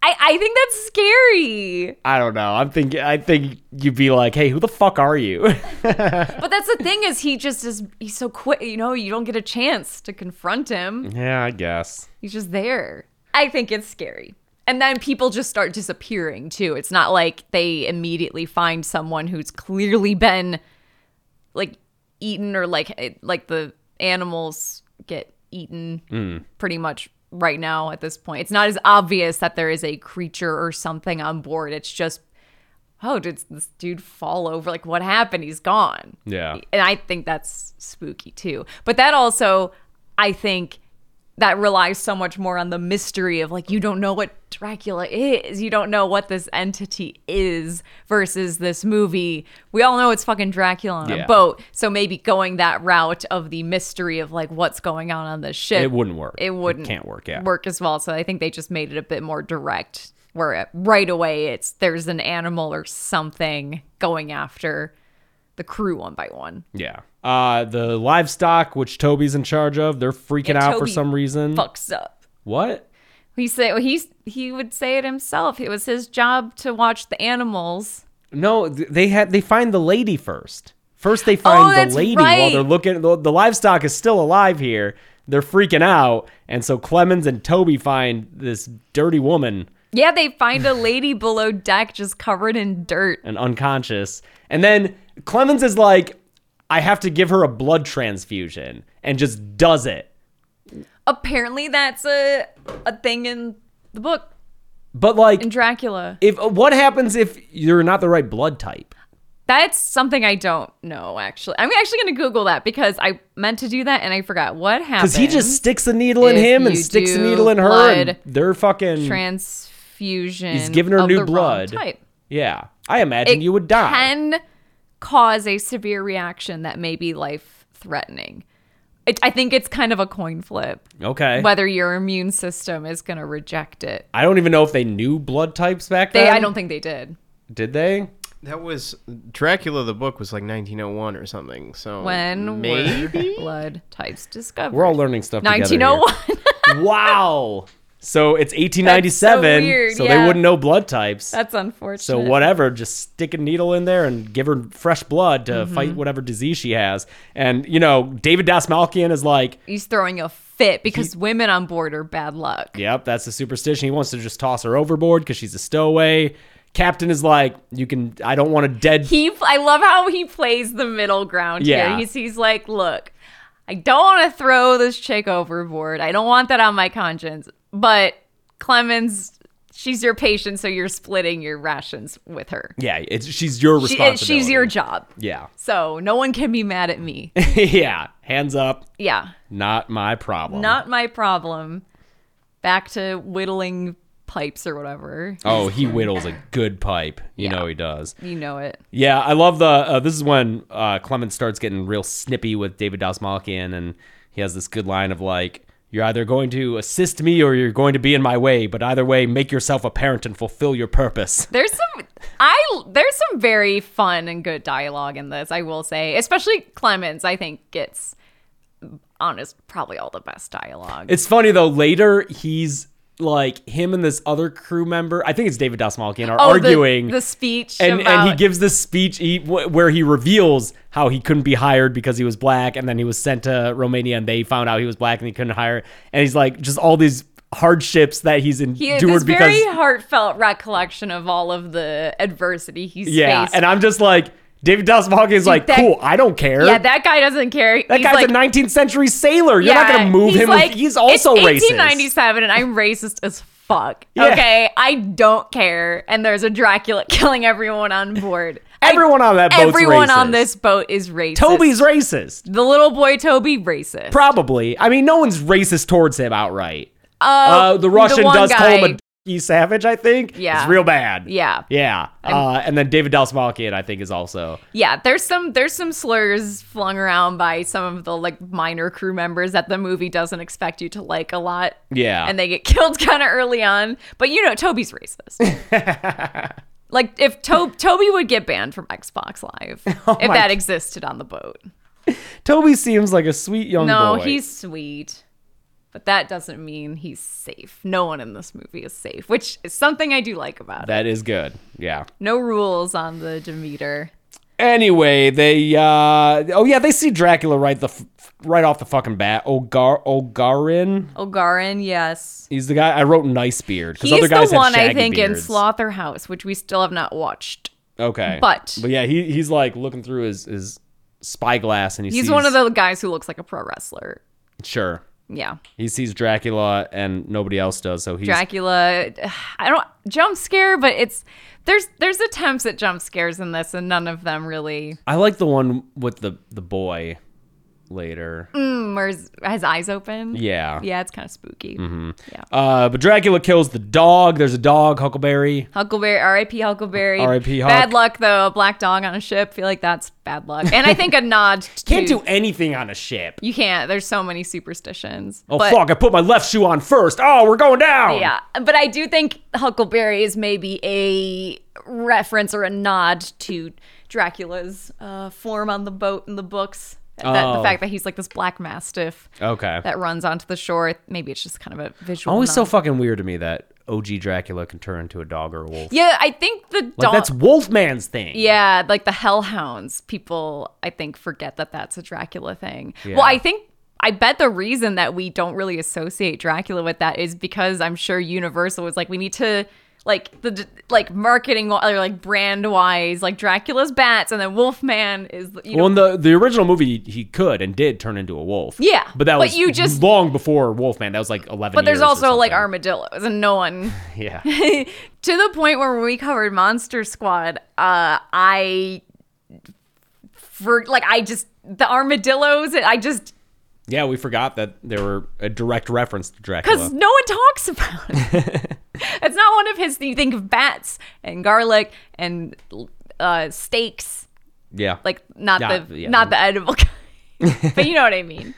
I, I think that's scary. I don't know. I'm thinking I think you'd be like, Hey, who the fuck are you? But that's the thing is he just is he's so quick, you know, you don't get a chance to confront him. yeah, I guess. He's just there. I think it's scary. And then people just start disappearing too. It's not like they immediately find someone who's clearly been like eaten or like eh, like the animals get eaten pretty much right now at this point. It's not as obvious that there is a creature or something on board. It's just oh, did this dude fall over? Like what happened? He's gone. Yeah. And I think that's spooky too. But that also I think that relies so much more on the mystery of like you don't know what Dracula is, you don't know what this entity is versus this movie. We all know it's fucking Dracula on Yeah. a boat, so maybe going that route of the mystery of like what's going on on this ship, It wouldn't work. It wouldn't can't work, yeah. work as well. So I think they just made it a bit more direct, where it- right away it's there's an animal or something going after the crew one by one. Yeah. Uh, the livestock, which Toby's in charge of, they're freaking Yeah, out for Toby some reason. Fucks up. What? He said he's he would say it himself. It was his job to watch the animals. No, th- they had they find the lady first. First, they find the Oh, that's lady while right. they're looking. The, the livestock is still alive here. They're freaking out, and so Clemens and Toby find this dirty woman Yeah, they find a lady below deck just covered in dirt. and unconscious. And then Clemens is like, "I have to give her a blood transfusion," and just does it. Apparently that's a a thing in the book But like, in Dracula. if what happens if you're not the right blood type? That's something I don't know actually. I'm actually going to google that because I meant to do that and I forgot what happened. Because he just sticks a needle in If him and you sticks a do needle in her. blood And they're fucking. transfusion. he's giving her of the new wrong blood. Type. Yeah. I imagine you would die. Can cause a severe reaction that may be life threatening. It, I think it's kind of a coin flip Okay. whether your immune system is going to reject it. I don't even know if they knew blood types back They, then. I don't think they did. Did they? That was Dracula. The book was like 1901 or something. So When maybe were blood types discovered? We're all learning stuff. together here. 1901. wow. So it's 1897. That's so weird, they yeah. wouldn't know blood types. That's unfortunate. so whatever, just stick a needle in there and give her fresh blood to Mm-hmm. fight whatever disease she has. And you know, David Dasmalkian is like, He's throwing a fit because women on board are bad luck. Yep, that's the superstition. He wants to just toss her overboard because she's a stowaway. Captain is like, you can. I don't want a dead. He, I love how he plays the middle ground Yeah. here. He's, he's like, look, I don't want to throw this chick overboard. I don't want that on my conscience. But Clemens, she's your patient, so you're splitting your rations with her. yeah, it's she's your She, it- responsibility. she's your job. Yeah, So no one can be mad at me. yeah. Hands up, yeah. not my problem. Not my problem. Back to whittling pipes or whatever. Oh, he whittles a good pipe. You Yeah. know he does. You know it. Yeah, I love the. Uh, this is when uh, Clemens starts getting real snippy with David Dasmalkian, and he has this good line of like, "You're either going to assist me or you're going to be in my way, but either way, make yourself apparent and fulfill your purpose." There's some I there's some very fun and good dialogue in this, I will say. Especially Clemens, I think gets honest probably all the best dialogue. It's funny though. Later, he's like him and this other crew member. I think it's David Dasmalkian are Oh, the- arguing. the, speech and, about, and he gives this speech he, wh- where he reveals how he couldn't be hired because he was black, and then he was sent to Romania, and they found out he was black, and he couldn't hire. And he's like, just all these hardships that he's he has endured this because very heartfelt recollection of all of the adversity he's yeah. faced. And I'm just like, David Dasmalkian is like, that- cool, I don't care. yeah, that guy doesn't care. That he's guy's like, a 19th century sailor. You're not Yeah, gonna move he's him. Like, with, he's also it's racist. 1897, and I'm racist as fuck. Yeah. Okay, I don't care. And there's a Dracula killing everyone on board. I- Everyone on that boat's everyone racist. on this boat is racist. Toby's racist. the little boy Toby racist. Probably. I mean, no one's racist towards him outright. Oh, Uh, the Russian one does call guy. him a d- savage, I think. Yeah. It's real bad. Yeah. Yeah. Uh, and then David Dalsmalkian, I think, is also. Yeah, there's some there's some slurs flung around by some of the like minor crew members that the movie doesn't expect you to like a lot. Yeah. And they get killed kind of early on, but you know Toby's racist. like if to- Toby would get banned from Xbox Live if Oh my that existed on the boat. Toby seems like a sweet young No, boy. he's sweet. But that doesn't mean he's safe. No one in this movie is safe, which is something I do like about it. That is good. Yeah. No rules on the Demeter. Anyway, they. uh Oh, yeah, they see Dracula right the f- right off the fucking bat. Ogar Ogarin. Ogarin, yes. He's the guy. I wrote Nice Beard. 'cause He's other guys the had one I shaggy think in beards. Slaughter House, which we still have not watched. Okay. But- But yeah, he, he's like looking through his, his spyglass and he He's sees. one of the guys who looks like a pro wrestler. Sure. Yeah, He sees Dracula and nobody else does, so he's Dracula. I don't jump scare, but it's there's there's attempts at jump scares in this, and none of them really. I like the one with the the boy later. Where his, his eyes open. Yeah. Mm. Yeah, it's kind of spooky. Uh, but Dracula kills the dog. There's a dog, Huckleberry. Huckleberry, R.I.P. Huckleberry. R.I.P. Huck. Bad luck though. A black dog on a ship. Feel like that's bad luck. And I think a nod. To, Can't do anything on a ship. You can't. There's so many superstitions. Oh But- fuck! I put my left shoe on first. Oh, we're going down. Yeah, but I do think Huckleberry is maybe a reference or a nod to Dracula's uh, form on the boat in the books. That, Oh. The fact that he's like this black mastiff Okay. that runs onto the shore. Maybe it's just kind of a visual. Always so nod. fucking weird to me that OG Dracula can turn into a dog or a wolf. Yeah, I think the Like dog. that's Wolfman's thing. Yeah, like the hellhounds. People, I think, forget that that's a Dracula thing. Yeah. Well, I think, I bet the reason that we don't really associate Dracula with that is because I'm sure Universal was like, we need to. Like the like marketing or like brand wise, like Dracula's bats, and then Wolfman is you know Well, in the the original movie, he could and did turn into a wolf. Yeah, But that but was you just- long before Wolfman. That was like eleven. But there's years or also like something. armadillos, and no one. Yeah. to the point where when we covered Monster Squad, uh, I for like I just the armadillos. I just yeah, we forgot that there were a direct reference to Dracula. because no one talks about it. it's not one of his. You think of bats and garlic and uh, steaks, Yeah. like not Yeah, the yeah. not the edible kind, but you know what I mean.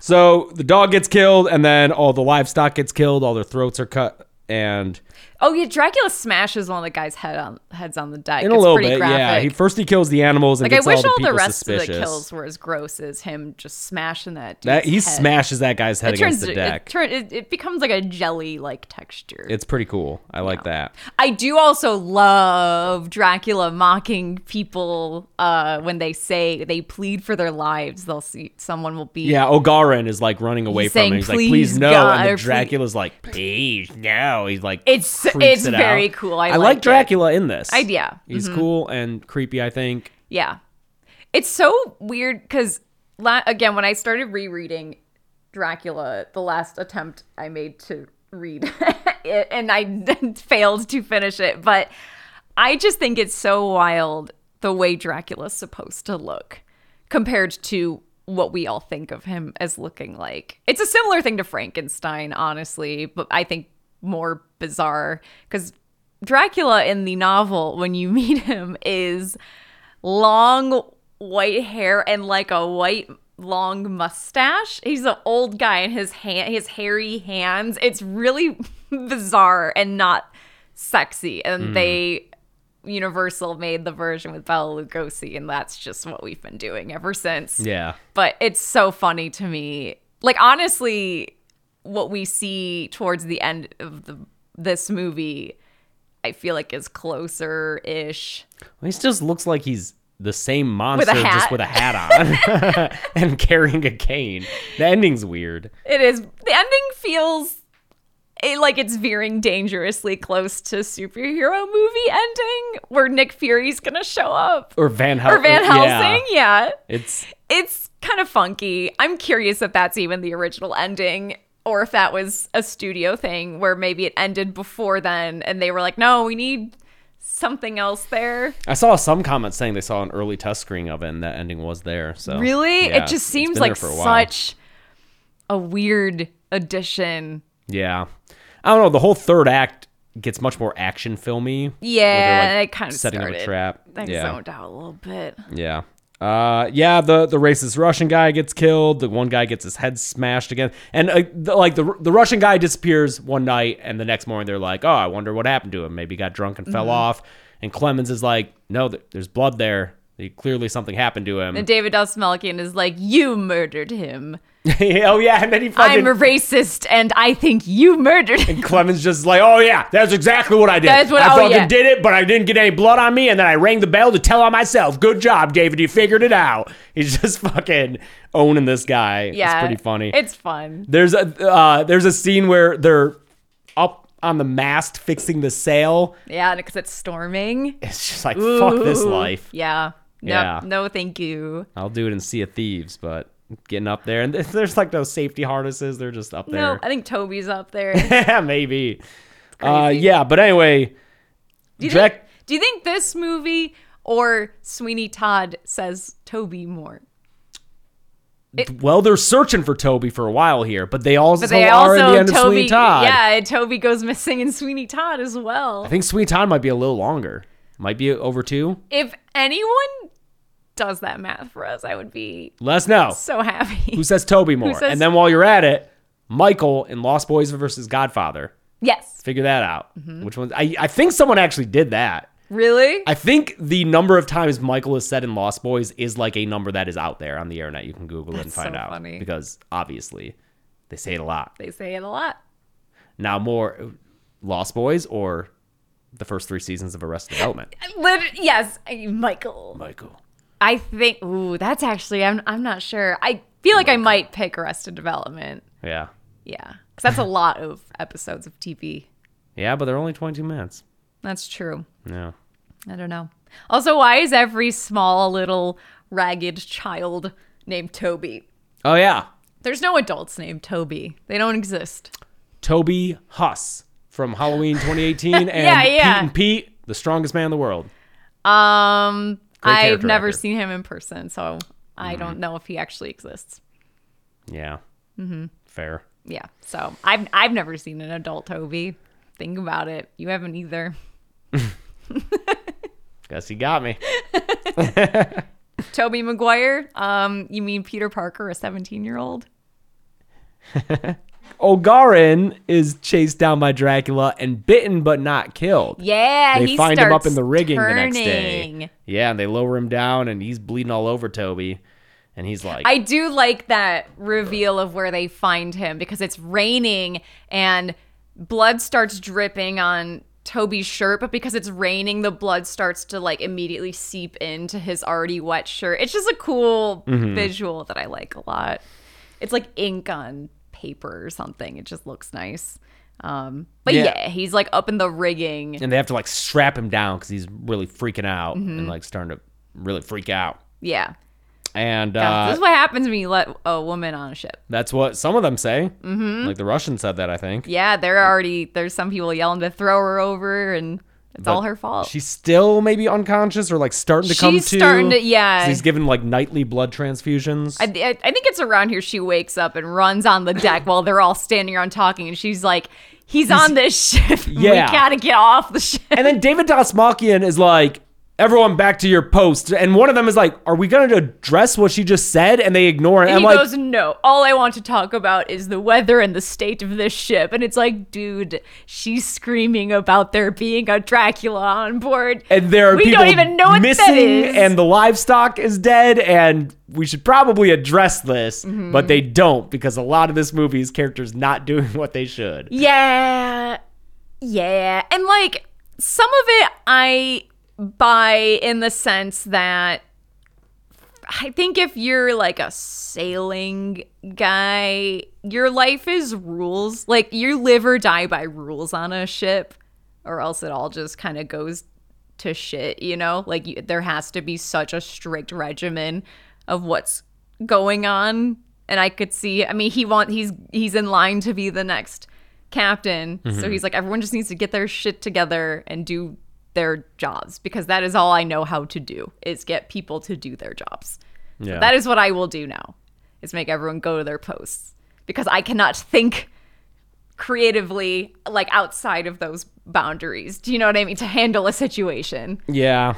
so the dog gets killed, and then all the livestock gets killed. All their throats are cut, and Oh yeah, Dracula smashes one of the guy's head on heads on the deck. in it's a little pretty bit, graphic. yeah. He first he kills the animals, and Like gets I wish all all the, the people rest suspicious. of the kills were as gross as him just smashing that. Dude's that he head. smashes that guy's head It turns against the it, deck. turn- it, it becomes like a jelly like texture. it's pretty cool. I like that. I do also love Dracula mocking people uh, when they say they plead for their lives. They'll see someone will be Yeah, Ogarin is like running away He's from saying, him. He's like, "Please, please no. God, and then please." Dracula's like, please no. He's like, It's- creeps it's it very out. cool. I I like like it. Dracula in this. I- yeah. Mm-hmm. He's cool and creepy, I think. Yeah. It's so weird because, la- again, when I started rereading Dracula, the last attempt I made to read it, and I failed to finish it, but I just think it's so wild the way Dracula's supposed to look compared to what we all think of him as looking like. It's a similar thing to Frankenstein, honestly, but I think more bizarre because Dracula in the novel, when you meet him, is long white hair and like a white long mustache. He's an old guy and his hand his hairy hands. It's really bizarre and not sexy. And they Universal made the version with Bela Lugosi and that's just what we've been doing ever since Yeah. but it's so funny to me. Like honestly, what we see towards the end of the this movie, I feel like is closer ish. He just looks like he's the same monster hat. just with a hat on and carrying a cane. The ending's weird. It is the ending feels it, like it's veering dangerously close to superhero movie ending where Nick Fury's gonna show up Or Van, Hel- or Van Uh, yeah. Helsing. Yeah, It's it's kind of funky. I'm curious if that's even the original ending or if that was a studio thing where maybe it ended before then and they were like, no, we need something else there. I saw some comments saying they saw an early test screening of it and that ending was there. So Really? Oh, Yeah, it just it's seems been there like for a while. such a weird addition. Yeah. I don't know. The whole third act gets much more action filmy. Yeah, where they're, it kind of setting started. up a trap. I yeah. zoned out a little bit. Yeah. Uh, yeah, the, the racist Russian guy gets killed. The one guy gets his head smashed again, and uh, the, like the the Russian guy disappears one night, and the next morning they're like, "Oh, I wonder what happened to him. Maybe he got drunk and Mm-hmm. fell off." And Clemens is like, "No, th- there's blood there. Clearly something happened to him." And David S. Melkin is like, you murdered him. oh yeah, and then he fucking I'm a racist and I think you murdered him. Clemens just like, oh yeah, that's exactly what I did. That's what- I oh, fucking yeah. did it, but I didn't get any blood on me, and then I rang the bell to tell on myself. Good job, David. You figured it out. He's just fucking owning this guy. Yeah. it's pretty funny. It's fun. there's a uh, there's a scene where they're up on the mast fixing the sail. Yeah, because it's storming. It's just like fuck this Ooh. life. Yeah. No, Yeah. no, thank you. I'll do it in Sea of Thieves, but getting up there and there's like no safety harnesses. They're just up there. No, I think Toby's up there. do, Yeah, maybe. Uh, yeah, but anyway, you think, Drac- do you think this movie or Sweeney Todd says Toby more? well, they're searching for Toby for a while here, but they also But they are also at the end of Toby. Sweeney Todd. Yeah, and Toby goes missing in Sweeney Todd as well. I think Sweeney Todd might be a little longer. Might be over two. If anyone does that math for us, I would be Let us know so happy. who says Toby more. says- and then while you're at it, Michael in Lost Boys versus Godfather. yes, Figure that out. Mm-hmm. Which ones? I, I think someone actually did that. really? I think the number of times Michael is said in Lost Boys is like a number that is out there on the internet. You can Google it and That's so find out funny. because obviously they say it a lot. they say it a lot. Now more Lost Boys or the first three seasons of Arrested Development. Lit- yes, I- Michael. Michael. I think. Ooh, that's actually. I'm. I'm not sure. I feel like I might pick Arrested Development. Yeah, Yeah, because that's a lot of episodes of TV. yeah, but they're only twenty-two minutes. That's true. Yeah. I don't know. Also, why is every small little ragged child named Toby? Oh yeah, There's no adults named Toby. They don't exist. Toby Huss from Halloween 2018 and Yeah, yeah. Pete and Pete, the strongest man in the world. Um, Great I've character never actor. Mm-hmm. seen him in person, so I don't know if he actually exists. Yeah. Mm-hmm. Fair. Yeah. So I've I've never seen an adult Toby. Think about it. You haven't either. Guess he got me. Toby Maguire. Um, you mean Peter Parker, a 17 year old? Ogarin is chased down by Dracula and bitten but not killed. Yeah. they he find him up starts in the rigging the next turning. day. Yeah, and they lower him down, and he's bleeding all over Toby, and he's like, I do like that reveal of where they find him because it's raining and blood starts dripping on Toby's shirt, but because it's raining, the blood starts to like immediately seep into his already wet shirt. It's just a cool visual that I like a lot. It's like ink on paper or something. It just looks nice. Um, but Yeah. yeah. he's like up in the rigging. and they have to like strap him down because he's really freaking out Mm-hmm. and like starting to really freak out. Yeah. And this uh, is what happens when you let a woman on a ship. that's what some of them say. Mm-hmm. Like the Russian said that, I think. Yeah, they're already there's some people yelling to throw her over, and it's all But her fault. Oh. She's still maybe unconscious or like starting to come to. She's starting to- yeah. 'cause He's given like nightly blood transfusions. I, I I think it's around here she wakes up and runs on the deck while they're all standing around talking, and she's like, "He's, on this ship. Yeah. we gotta get off the ship." And then David Dasmakian is like, everyone back to your post. And one of them is like, are we going to address what she just said? And they ignore it. And I'm he like, goes, "No, all I want to talk about is the weather and the state of this ship." And it's like, dude, she's screaming about there being a Dracula on board, and there are we people don't even know what missing that is. and the livestock is dead. And we should probably address this, Mm-hmm. but they don't because a lot of this movie's characters not doing what they should. Yeah. Yeah. And like some of it I buy in the sense that I think if you're like a sailing guy, your life is rules. Like you live or die by rules on a ship, or else it all just kind of goes to shit, you know? Like you, there has to be such a strict regimen of what's going on. And I could see, I mean, he want he's he's in line to be the next captain. So he's like everyone just needs to get their shit together and do their jobs because that is all I know how to do is get people to do their jobs. Yeah. That is what I will do now is make everyone go to their posts because I cannot think creatively like outside of those boundaries. Do you know what I mean? To handle a situation. yeah,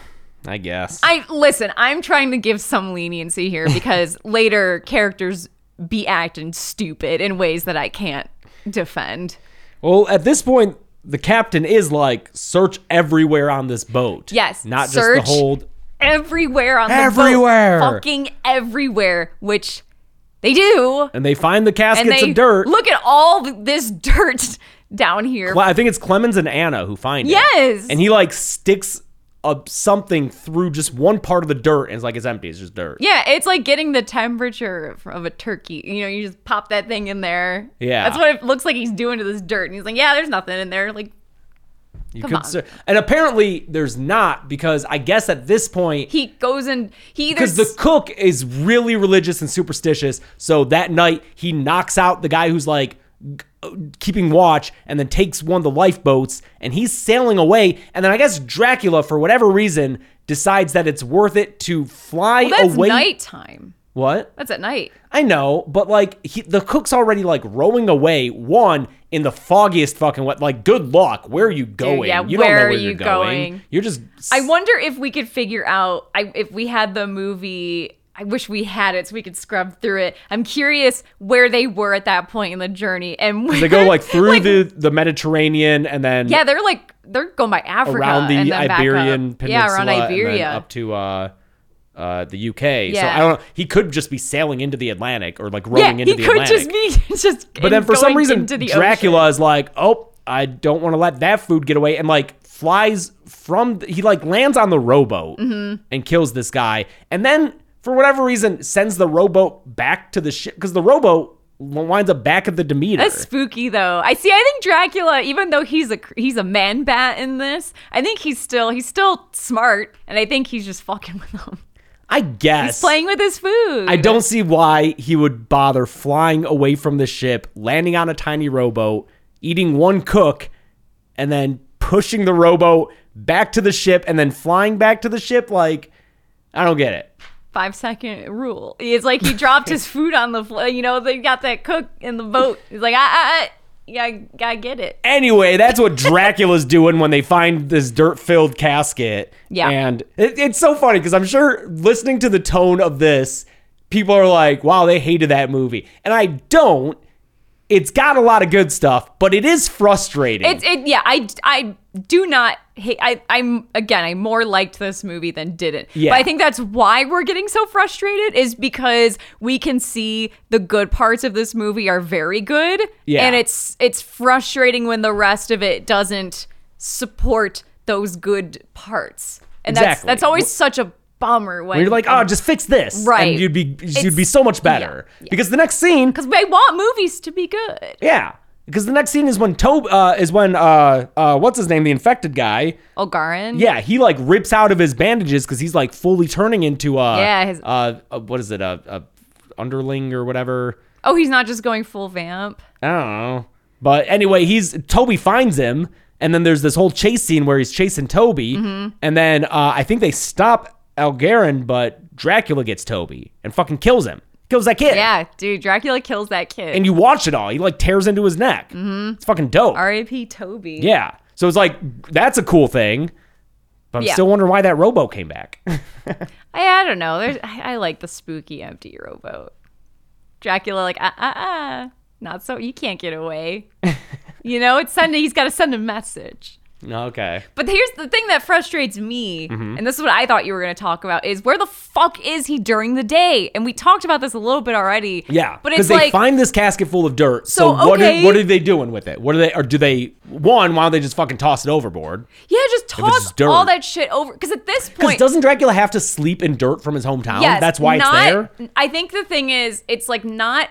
I guess. I listen, I'm trying to give some leniency here because later characters be acting stupid in ways that I can't defend. well, at this point, the captain is like, search everywhere on this boat. Yes, Not search- just the hold. Everywhere on the boat. Everywhere. fucking everywhere, which they do. And they find the and caskets they of dirt. look at all th- this dirt down here. Well, I think it's Clemens and Anna who find it. Yes. And he like sticks up something through just one part of the dirt and it's like it's empty. It's just dirt. Yeah, it's like getting the temperature of- of a turkey. You know, you just pop that thing in there. Yeah. That's what it looks like he's doing to this dirt. And he's like, yeah, there's nothing in there. Like, You come could on. ser- and apparently there's not because I guess at this point he goes and he either. because the cook is really religious and superstitious, so that night he knocks out the guy who's like g- uh, keeping watch and then takes one of the lifeboats and he's sailing away and then I guess Dracula for whatever reason decides that it's worth it to fly that's away nighttime. What? That's at night. I know, but like he, the cook's already like rowing away, one in the foggiest fucking wet. Like, good luck. Where are you going? yeah, you where don't know are where you you're going. going? You're just. I wonder if we could figure out I, if we had the movie. I wish we had it so we could scrub through it. I'm curious where they were at that point in the journey, and They go like through the the Mediterranean and then yeah, they're like they're going by Africa around and the then Iberian back up. Peninsula yeah, around and then Iberia. up to uh, uh, the UK. So Yeah. I don't know. He could just be sailing into the Atlantic or like rowing yeah, into he the could Atlantic. just be just. but then for some going reason, into the Dracula is like, oh, I don't want to let that food get away, and like flies from he like lands on the rowboat Mm-hmm. and kills this guy, and then for whatever reason sends the rowboat back to the ship because the rowboat winds up back at the Demeter. That's spooky though. I see. I think Dracula, even though he's a he's a man bat in this, I think he's still he's still smart, and I think he's just fucking with them, I guess playing with his food. I don't see why he would bother flying away from the ship, landing on a tiny rowboat, eating one cook, and then pushing the rowboat back to the ship and then flying back to the ship. Like, I don't get it. five second rule. It's like he dropped his food on the floor. You know, they got that cook in the boat. He's like, I, I, I yeah, I gotta get it. Anyway, that's what Dracula's doing when they find this dirt filled casket. Yeah. And it, it's so funny because I'm sure listening to the tone of this, people are like, wow, they hated that movie. And I don't. It's got a lot of good stuff, but it is frustrating. It's it. Yeah, I, I do not hate. I, I'm again. I more liked this movie than didn't. Yeah. But I think that's why we're getting so frustrated is because we can see the good parts of this movie are very good. Yeah. And it's it's frustrating when the rest of it doesn't support those good parts. And that's Exactly. that's always such a bummer when And you're like, oh, just fix this, Right. And you'd be you'd be It's- so much better yeah, yeah. because the next scene, because they want movies to be good. yeah, because the next scene is when Tob uh, is when uh, uh, what's his name, the infected guy, Oh, Ogarin. yeah, he like rips out of his bandages because he's like fully turning into uh, Yeah, his- uh, uh, what is it, a, a underling or whatever, Oh, he's not just going full vamp. I don't know. But anyway, he's Toby finds him, and then there's this whole chase scene where he's chasing Toby, Mm-hmm. and then uh, I think they stop Algarin, but Dracula gets Toby and fucking kills him, kills that kid, Yeah, dude, Dracula kills that kid. and you watch it all. He like tears into his neck. Mm-hmm. It's fucking dope. R.A.P. Toby. Yeah. So it's like that's a cool thing. But I'm Yeah. still wondering why that robo came back. I, I don't know. There's I, I like the spooky empty rowboat. Dracula like ah ah ah. Not so you can't get away. you know, it's sending he's gotta send a message. okay. But here's the thing that frustrates me, Mm-hmm. and this is what I thought you were gonna talk about, is where the fuck is he during the day? And we talked about this a little bit already. Yeah. But it's they like find this casket full of dirt. So, So, what, are, okay. what are they doing with it? What are they or do they one, why don't they just fucking toss it overboard? Yeah, just toss dirt. all that shit over because at this Because point doesn't Dracula have to sleep in dirt from his hometown? that's why it's there. there. I think the thing is, it's like not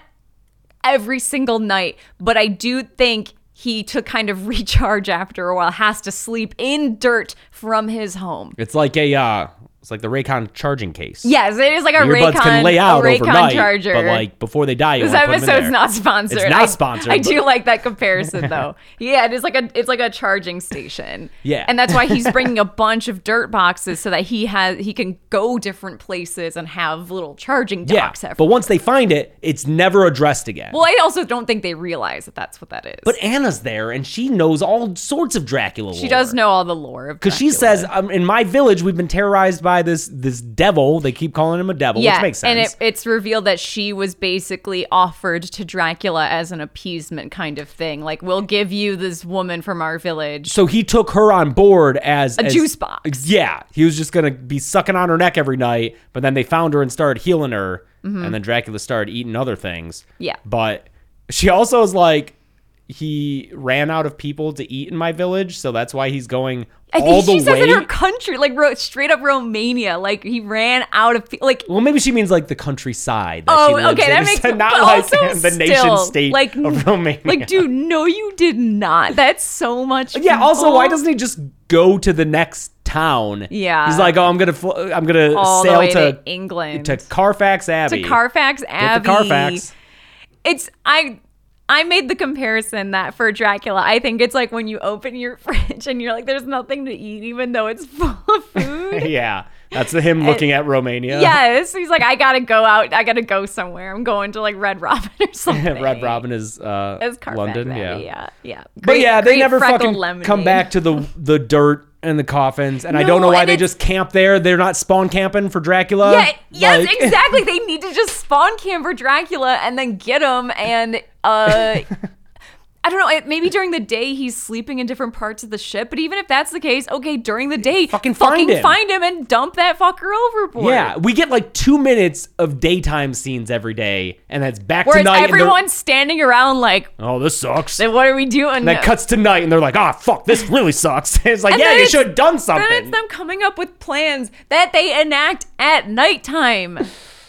every single night, but I do think he to kind of recharge after a while has to sleep in dirt from his home. It's like a uh it's like the Raycon charging case. Yes, it is like a Earbuds Raycon, can lay out a Raycon overnight, charger. but like before they die, you this wanna put 'em in episode's there. not sponsored. It's not I- sponsored, I, but- do like that comparison though. Yeah, it is like a it's like a charging station. Yeah. and that's why he's bringing a bunch of dirt boxes so that he has he can go different places and have little charging Yeah, docks. but once they find it, it's never addressed again. Well, I also don't think they realize that that's what that is. But Anna's there, and she knows all sorts of Dracula. she does know all the lore of because she Dracula. says, um, "In my village, we've been terrorized by this this devil. They keep calling him a devil, yeah, which makes sense." and it, it's revealed that she was basically offered to Dracula as an appeasement kind of thing. Like, we'll give you this woman from our village. so he took her on board as A as- juice box. Yeah, he was just gonna be sucking on her neck every night, but then they found her and started healing her, and then Dracula started eating other things. Mm-hmm. Yeah. but she also is like. He ran out of people to eat in my village, so that's why he's going I all think the she says way. in her country, like ro- straight up Romania. Like he ran out of pe- like. Well, maybe she means like the countryside. That she Oh, lives okay, in, that makes sense. not but like also the nation still, state like, of Romania. Like, dude, no, you did not. That's so much. yeah. Also, why people. doesn't he just go to the next town? oh. Yeah. he's like, oh, I'm gonna, fl- I'm gonna all sail the way to, to, England to Carfax Abbey, to Carfax Get Abbey. to Carfax. it's I I made the comparison that for Dracula, I think it's like when you open your fridge and you're like, there's nothing to eat, even though it's full of food. yeah, That's the him looking at Romania. Yes, he's like, I gotta go out. I gotta go somewhere. I'm going to like Red Robin or something. Red Robin is uh, It's Carpet London. Valley, Yeah. yeah, yeah. But Great- yeah, they great never freckled fucking lemonade. come back to the the dirt and the coffins, and I don't No, know why and they it's- just camp there. They're not spawn camping for Dracula. Yeah, yes, Like- exactly. They need to just spawn cam for Dracula and then get him. And uh, I don't know. it- Maybe during the day he's sleeping in different parts of the ship. But even if that's the case, okay, during the day, Fucking find him. find him and dump that fucker overboard. Yeah, we get like two minutes of daytime scenes every day, and that's back Whereas to night. and they're- everyone's standing around like, oh, this sucks. "Then what are we doing? and that cuts to night, and they're like, "Ah, fuck, this really sucks." it's like, And yeah, then you it's- should have done something. Then it's them coming up with plans that they enact at nighttime.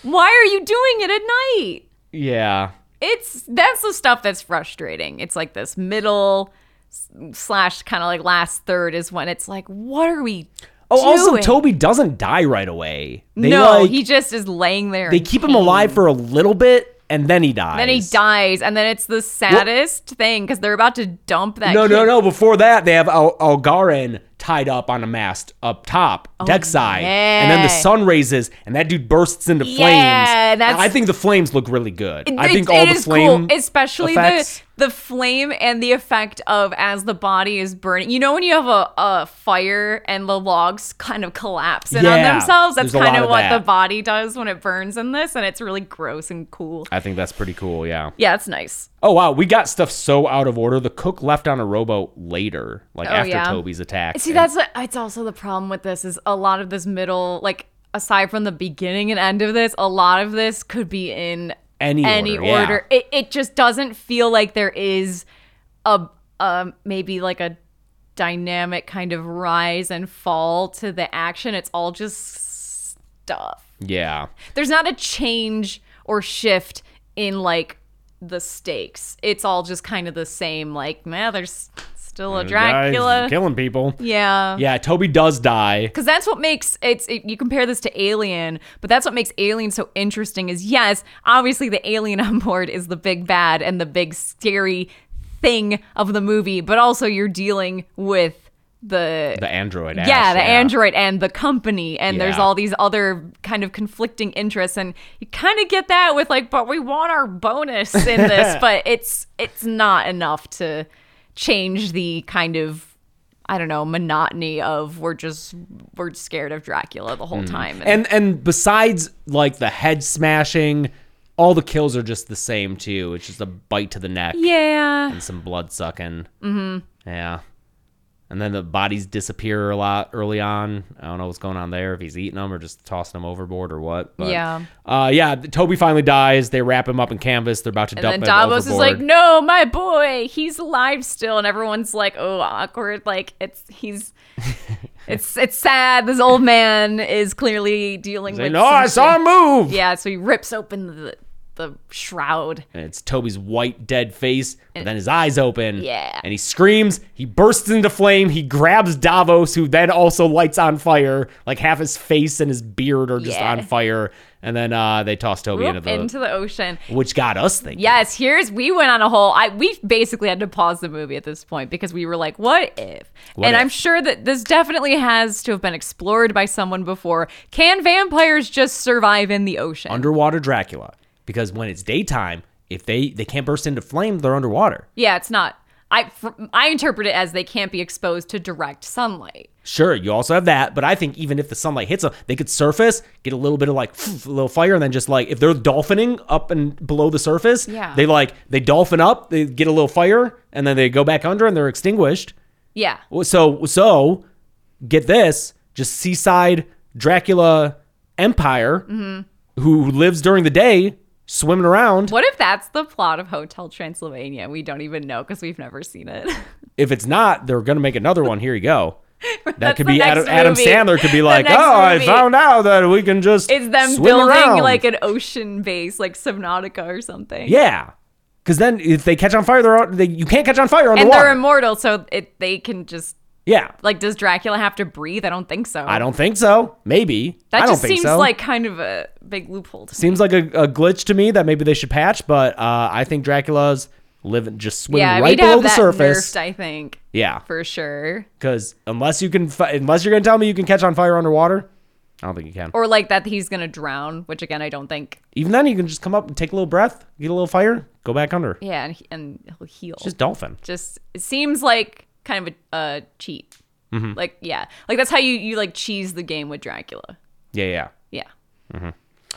Why are you doing it at night? yeah, it's that's the stuff that's frustrating. It's like this middle s- slash kind of like last third is when it's like, what are we? Oh, also doing? Toby doesn't die right away. They, no, like, he just is laying there. they in keep him pain. alive for a little bit, and then he dies. Then he dies, and then it's the saddest thing because they're about to dump that. No, no, kid. no. Before that, they have Al- Algarin tied up on a mast up top, deck side, and then the Oh, yeah. sun raises, and that dude bursts into flames. Yeah, that's- I think the flames look really good. I It's- think all it the is flame, cool, especially effects- the the flame and the effect of as the body is burning. You know when you have a, a fire and the logs kind of collapse in on Yeah, themselves. That's there's a kind of lot of what the that. body does when it burns in this, and it's really gross and cool. I think that's pretty cool. Yeah. Yeah, it's nice. Oh wow, we got stuff so out of order. The cook left on a rowboat later, like after Oh, yeah. Toby's attack. See, and- that's what, it's also the problem with this is a lot of this middle, like aside from the beginning and end of this, a lot of this could be in Any order, yeah. It it just doesn't feel like there is a um maybe like a dynamic kind of rise and fall to the action. It's all just stuff. yeah. There's not a change or shift in like the stakes. It's all just kind of the same. Like, man, there's still a Dracula. Guys killing people. Yeah. Yeah, Toby does die. Because that's what makes it's. It, you compare this to Alien, but that's what makes Alien so interesting. Is yes, obviously the alien on board is the big bad and the big scary thing of the movie, but also you're dealing with the. The android. yeah, Ash, the android and the company, and there's Yeah. all these other kind of conflicting interests, and you kind of get that with like, but we want our bonus in this, but it's it's not enough to change the kind of I don't know monotony of we're just we're scared of Dracula the whole time. Hmm. and and besides like the head smashing all the kills are just the same too it's just a bite to the neck yeah, and some blood sucking mm-hmm. yeah and then the bodies disappear a lot early on i don't know what's going on there if he's eating them or just tossing them overboard or what but, Yeah. uh, yeah toby finally dies they wrap him up in canvas they're about to and dump then him Davos is overboard. like, "No, my boy, he's alive still," and everyone's like, "Oh, awkward." Like it's he's. It's it's sad. This old man is clearly dealing He's like, with. no i some saw shit." him move Yeah, so he rips open the the shroud. and it's Toby's white dead face, but then his eyes open. Yeah. And he screams, he bursts into flame, he grabs Davos, who then also lights on fire. Like half his face and his beard are just Yeah. on fire. And then uh, they toss Toby Whoop, into the into the ocean. which got us thinking. Yes, here's we went on a whole. I we basically had to pause the movie at this point because we were like, "What if?" and I'm if? sure that this definitely has to have been explored by someone before. Can vampires just survive in the ocean? Underwater Dracula. Because when it's daytime, if they they can't burst into flame, they're underwater. yeah, it's not. I fr- I interpret it as they can't be exposed to direct sunlight. Sure, you also have that, but I think even if the sunlight hits them, they could surface, get a little bit of like a little fire, and then just like if they're dolphining up and below the surface, Yeah. they like they dolphin up, they get a little fire, and then they go back under and they're extinguished. Yeah. Well, So so, get this, just seaside Dracula Empire, who lives during the day, swimming around. What if that's the plot of Hotel Transylvania? We don't even know because we've never seen it. If it's not, they're gonna make another one. Here you go. That could the be Adam, next Adam movie. Sandler could be The like, oh, next I movie." found out that we can just It's them swim building around." like an ocean base, like Subnautica or something. Yeah, because then if they catch on fire, they're out, they, you can't catch on fire and underwater. they're immortal, so it they can just yeah, like. Does Dracula have to breathe? I don't think so. I don't think so. Maybe That I don't just think seems so. like kind of a big loophole. To me. seems like a, a glitch to me that maybe they should patch. But uh, I think Dracula's living just swimming Yeah, right we'd have below the that surface. nerfed, I think yeah, for sure. because unless you can, fi- unless you're gonna tell me you can catch on fire underwater, I don't think you can. Or like that he's gonna drown, which again I don't think. Even then, you can just come up and take a little breath, get a little fire, go back under. Yeah, and, he, and he'll heal. It's just dolphin. just it seems like kind of a, a cheat. Mm-hmm. Like yeah, like that's how you you like cheese the game with Dracula. Yeah, yeah. Yeah. Mm-hmm.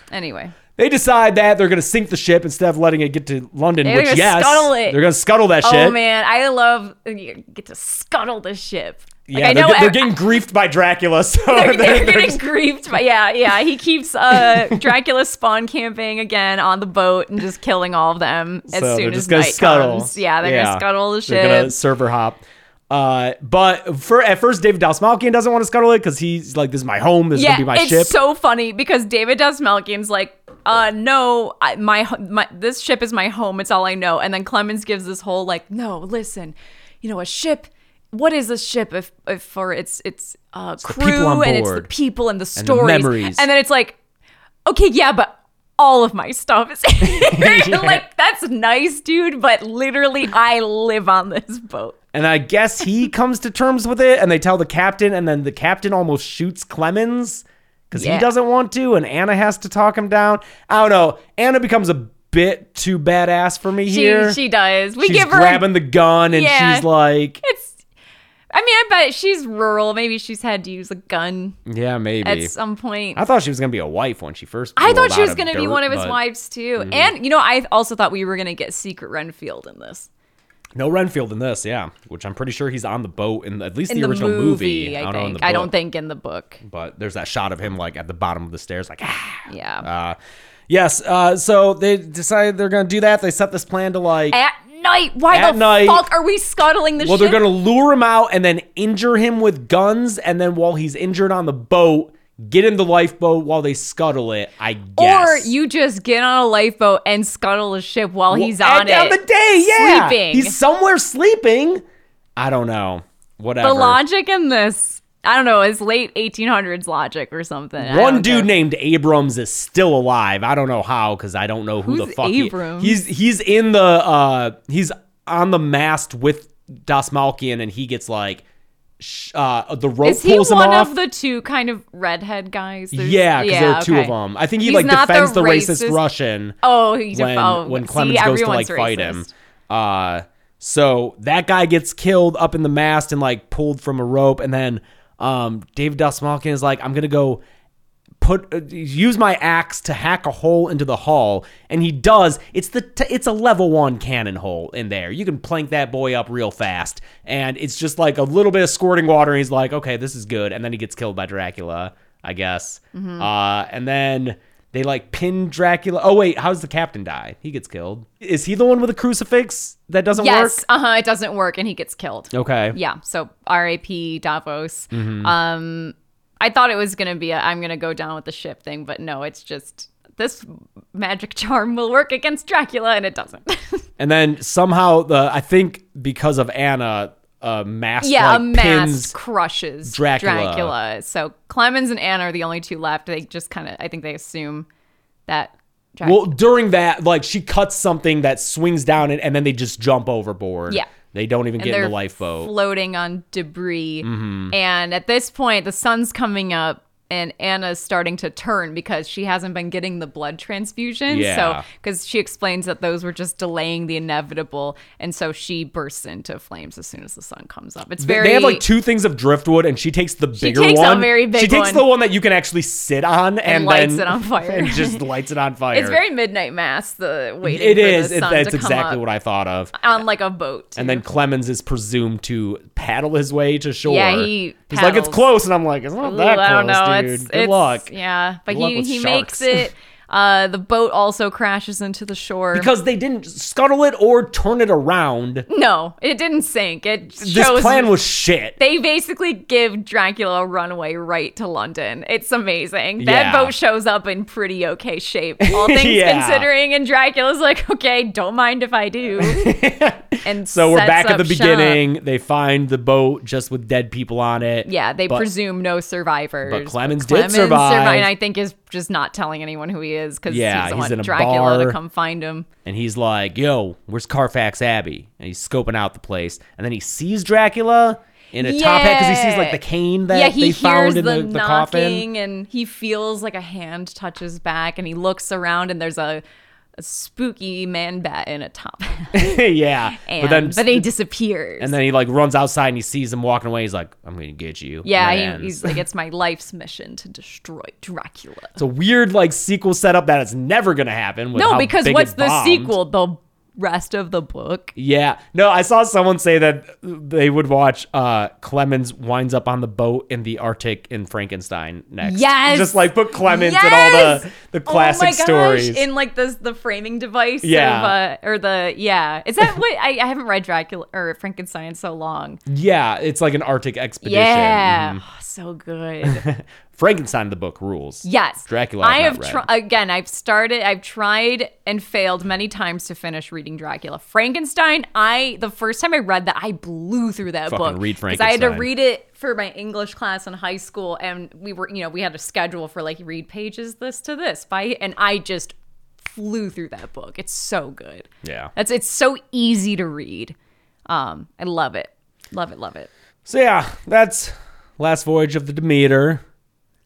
Anyway, They decide that they're gonna sink the ship instead of letting it get to London, They're which gonna yes, scuttle it. they're gonna scuttle that shit. oh man, I love you get to scuttle the ship. Like, Yeah, I they're, know get- they're ev- getting griefed by Dracula, so they're, they're they're, they're getting just- griefed by yeah yeah he keeps uh dracula spawn camping again on the boat and just killing all of them as so they're soon just as gonna night scuttle. comes yeah they're gonna scuttle the They're gonna ship server hop. Uh, but for at first, David Dalsmalkian doesn't want to scuttle it because he's like, "This is my home. This yeah is gonna be my it's ship." so funny because david Dasmalkian's like uh no I, my ho- my this ship is my home it's all i know and then clemens gives this whole like no listen you know a ship what is a ship if, if for its its uh the people on crew and it's the board people and the and the stories memories. and then it's like okay, yeah, but all of my stuff is like that's nice, dude, but literally I live on this boat. and I guess he comes to terms with it, and they tell the captain, and then the captain almost shoots Clemens because he Yeah. doesn't want to, and Anna has to talk him down. I don't know. Anna becomes a bit too badass for me She here. she does. We she's give her grabbing the gun, and Yeah. she's like, it's I mean, I bet she's rural. Maybe she's had to use a gun "Yeah, maybe." at some point. I thought she was gonna be a wife when she first. I rolled thought she out was of going to be dirt, one of his but- mm. wives too. And you know, I also thought we were going to get Secret Renfield in this. No Renfield in this, yeah. Which I'm pretty sure he's on the boat in at least In the, the, original movie, movie. I, don't know in think. the I don't book, think in the book. But there's that shot of him like at the bottom of the stairs, like ah. Yeah. Uh, yes. Uh, so they decide they're gonna do that. They set this plan to like. at night. Why Uh, At the night- fuck are we scuttling the well, ship? they're gonna lure him out and then injure him with guns, and then while he's injured on the boat, get in the lifeboat while they scuttle it. I guess. Or you just get on a lifeboat and scuttle a ship while he's Well, on and it. On the day, yeah. Sleeping. He's somewhere sleeping. I don't know. Whatever. the logic in this, I don't know, is late 1800s logic or something. I One don't dude know. named Abrams is still alive. I don't know how because I don't know who the Who's fuck he- Abrams? he's he's in the uh he's on the mast with Dasmalkian and he gets like sh- uh the rope Is he pulls him one off. of the two kind of redhead guys? There's- yeah, because there are two of okay. them. I think he He's like not defends the racist, Russian Oh, he when oh, when see, Clemens goes to like everyone's fight him. racist. Uh, so that guy gets killed up in the mast and like pulled from a rope, and then um, David Dasmalkin is like, "I'm gonna go." Put uh, use my axe to hack a hole into the hull, and he does. It's the t- it's a level one cannon hole in there. You can plank that boy up real fast, and it's just like a little bit of squirting water. And he's like, "Okay, this is good," and then he gets killed by Dracula, I guess. Mm-hmm. Uh, and then they like pin Dracula. Oh wait, how does the captain die? He gets killed. Is he the one with the crucifix that doesn't Yes, work? uh huh. It doesn't work, and he gets killed. Okay. Yeah. So R.A.P. Davos. Mm-hmm. Um, I thought it was gonna be a I'm gonna go down with the ship thing, but no, it's just this magic charm will work against Dracula, and it doesn't. And then somehow the I think because of Anna, a mask yeah, like, a mask pins crushes Dracula. So Clemens and Anne are the only two left. They just kind of I think they assume that. Drac- Well, during that, like she cuts something that swings down, and, and then they just jump overboard. Yeah. they don't even and get in they're the lifeboat. Mm-hmm. floating on debris. And at this point, the sun's coming up. And Anna's starting to turn because she hasn't been getting the blood transfusion. Yeah. So, because she explains that those were just delaying the inevitable. And so she bursts into flames as soon as the sun comes up. It's They- very. they have like two things of driftwood, and she takes the bigger takes a one. very big she one. takes the one that you can actually sit on and, lights then- it on fire. and just lights it on fire. It's very midnight mass, the waiting It for is. the It- sun that's to come exactly up what I thought of. on like a boat. And then Clemens is presumed to paddle his way to shore. Yeah, he He's like, it's paddles. close, and I'm like, it's not Ooh, that close, I don't know. dude. It's, Good it's- luck. Yeah, but Good luck he with he makes sharks. it. Uh, the boat also crashes into the shore. Because they didn't scuttle it or turn it around. no, it didn't sink. It shows This plan was shit. They basically give Dracula a runaway right to London. It's amazing. Yeah. That boat shows up in pretty okay shape, all things Yeah. considering. And Dracula's like, okay, don't mind if I do. and So we're sets back at the up shop. beginning. They find the boat just with dead people on it. Yeah, they But- presume no survivors. but Clemens did survive. survived, and I think is just not telling anyone who he is because Yeah, he doesn't he's want in a Dracula bar. to come find him. And he's like, yo, where's Carfax Abbey? And he's scoping out the place. And then he sees Dracula in a top hat because he sees like Yeah. the cane that yeah, he they hears found in the, the, the coffin. knocking and he feels like a hand touches back and he looks around and there's a, a spooky man bat in a top hat. yeah, And, but then he disappears. and then he like runs outside and he sees him walking away. He's like, "I'm gonna get you." yeah, man." he, he's like, it's my life's mission to destroy Dracula. it's a weird like sequel setup that is never gonna happen. with No, how because big what's it the bombed. sequel? The rest of the book. Yeah. No, I saw someone say that they would watch uh Clemens winds up on the boat in the Arctic in Frankenstein next. Yes! Just like put Clemens Yes! and all the the classic oh my gosh. stories. in like the the framing device. Yeah. Yeah, of, uh, or the yeah. Is that what I, I haven't read Dracula or Frankenstein in so long? yeah, it's like an Arctic expedition. Yeah, Mhm. Oh, so good. Frankenstein the book rules. yes, Dracula I've I have not tr- read. again. I've started. I've tried and failed many times to finish reading Dracula. Frankenstein. I the first time I read that, I blew through that Fucking book read I had to Frankenstein. read it for my English class in high school, and we were you know we had a schedule for like read pages this to this by and I just flew through that book. It's so good. Yeah. That's it's so easy to read. Um, I love it. Love it. Love it. So yeah, that's Last Voyage of the Demeter.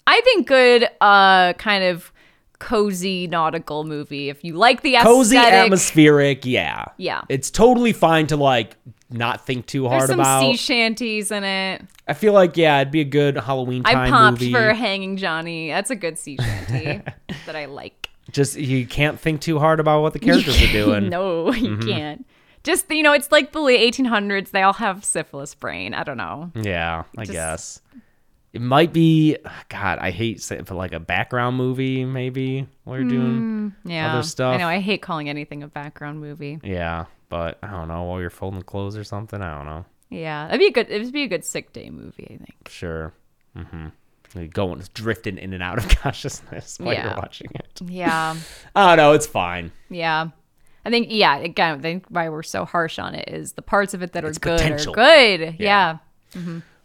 I think good uh kind of cozy nautical movie if you like the Cozy aesthetic. atmospheric, yeah. Yeah. It's totally fine to like not think too hard There's some about. sea shanties in it. I feel like yeah, it'd be a good Halloween time I popped movie. for Hanging Johnny. That's a good sea shanty that I like. just you can't think too hard about what the characters are doing. no, you Mm-hmm. can't. Just you know, it's like the late 1800s. They all have syphilis brain. I don't know. Yeah, I guess it might be. God, I hate say, for like a background movie. Maybe what you're doing. Yeah, Other stuff. I know. I hate calling anything a background movie. Yeah, but I don't know. While you're folding clothes or something, I don't know. Yeah, it'd be a good. It'd be a good sick day movie. I think. Sure. Mm-hmm. Like going drifting in and out of consciousness while you're Yeah. watching it. Yeah. Oh no, it's fine. Yeah. I think yeah, again, I think why we're so harsh on it is the parts of it that are good potential. are good. Yeah.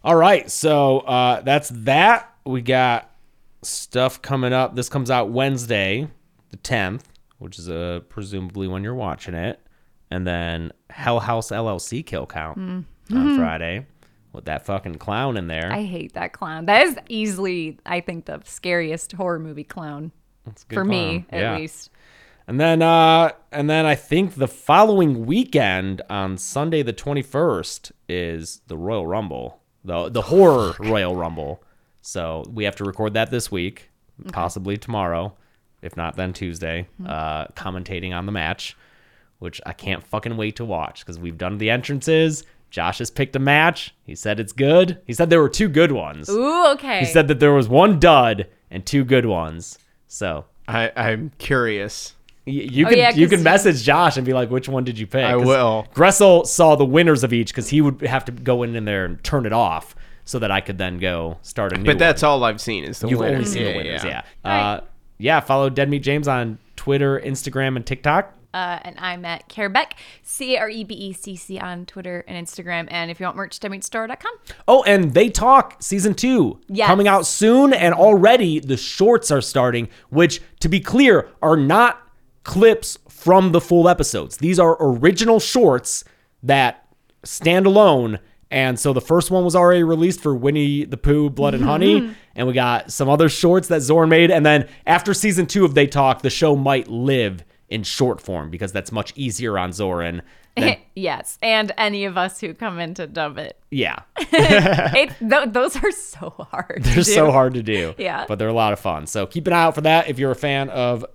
All right, so uh, that's that. We got stuff coming up. This comes out Wednesday, the tenth, which is uh, presumably when you're watching it, and then Hell House LLC kill count on Friday with that fucking clown in there. I hate that clown. That is easily I think the scariest horror movie clown It's a good for me at clown. Yeah. least. And then, uh, and then I think the following weekend on Sunday the twenty first is the Royal Rumble, the the horror Royal Rumble. So we have to record that this week, possibly tomorrow, if not then Tuesday. Uh, commentating on the match, which I can't fucking wait to watch because we've done the entrances. Josh has picked a match. He said it's good. He said there were two good ones. Ooh, okay. He said that there was one dud and two good ones. So I, I'm curious. Y- You can Oh, yeah, you 'cause can you- message Josh and be like, which one did you pick? I 'Cause will. Gressel saw the winners of each because he would have to go in, in there and turn it off so that I could then go start a new. But that's all I've seen is the one. you've winners. only seen the winners. Yeah, yeah. Uh, yeah. Follow Dead Meat James on Twitter, Instagram, and TikTok. uh, and I'm at Carebeck, C A R E B E C C on Twitter and Instagram. And if you want merch, demitstore.com. Oh, and they talk season two Yes. coming out soon, and already the shorts are starting, which, to be clear, are not clips from the full episodes. These are original shorts that stand alone. And so the first one was already released for Winnie the Pooh, Blood and Honey, and we got some other shorts that Zorn made. And then after season two of They Talk, the show might live in short form because that's much easier on Zoran. than- yes. And any of us who come in to dub it. yeah. it th- those are so hard. They're so hard to do. Yeah. But they're a lot of fun. So keep an eye out for that if you're a fan of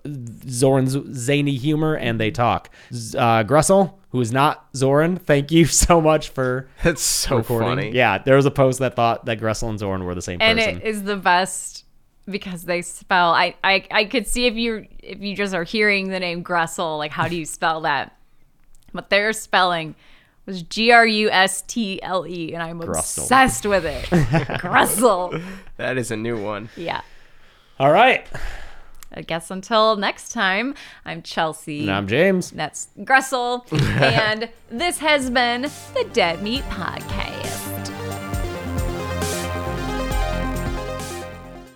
Zoran's zany humor and they talk. Z- Uh, Gressel, who is not Zoran, thank you so much for That's so recording. funny. Yeah, there was a post that thought that Gressel and Zoran were the same and person. it is the best because they spell I, I i could see if you if you just are hearing the name gressel like how do you spell that but their spelling was g-r-u-s-t-l-e E, and i'm Grustle. obsessed with it gressel That is a new one. yeah All right. i guess until next time i'm chelsea And I'm James. that's gressel and this has been the dead meat podcast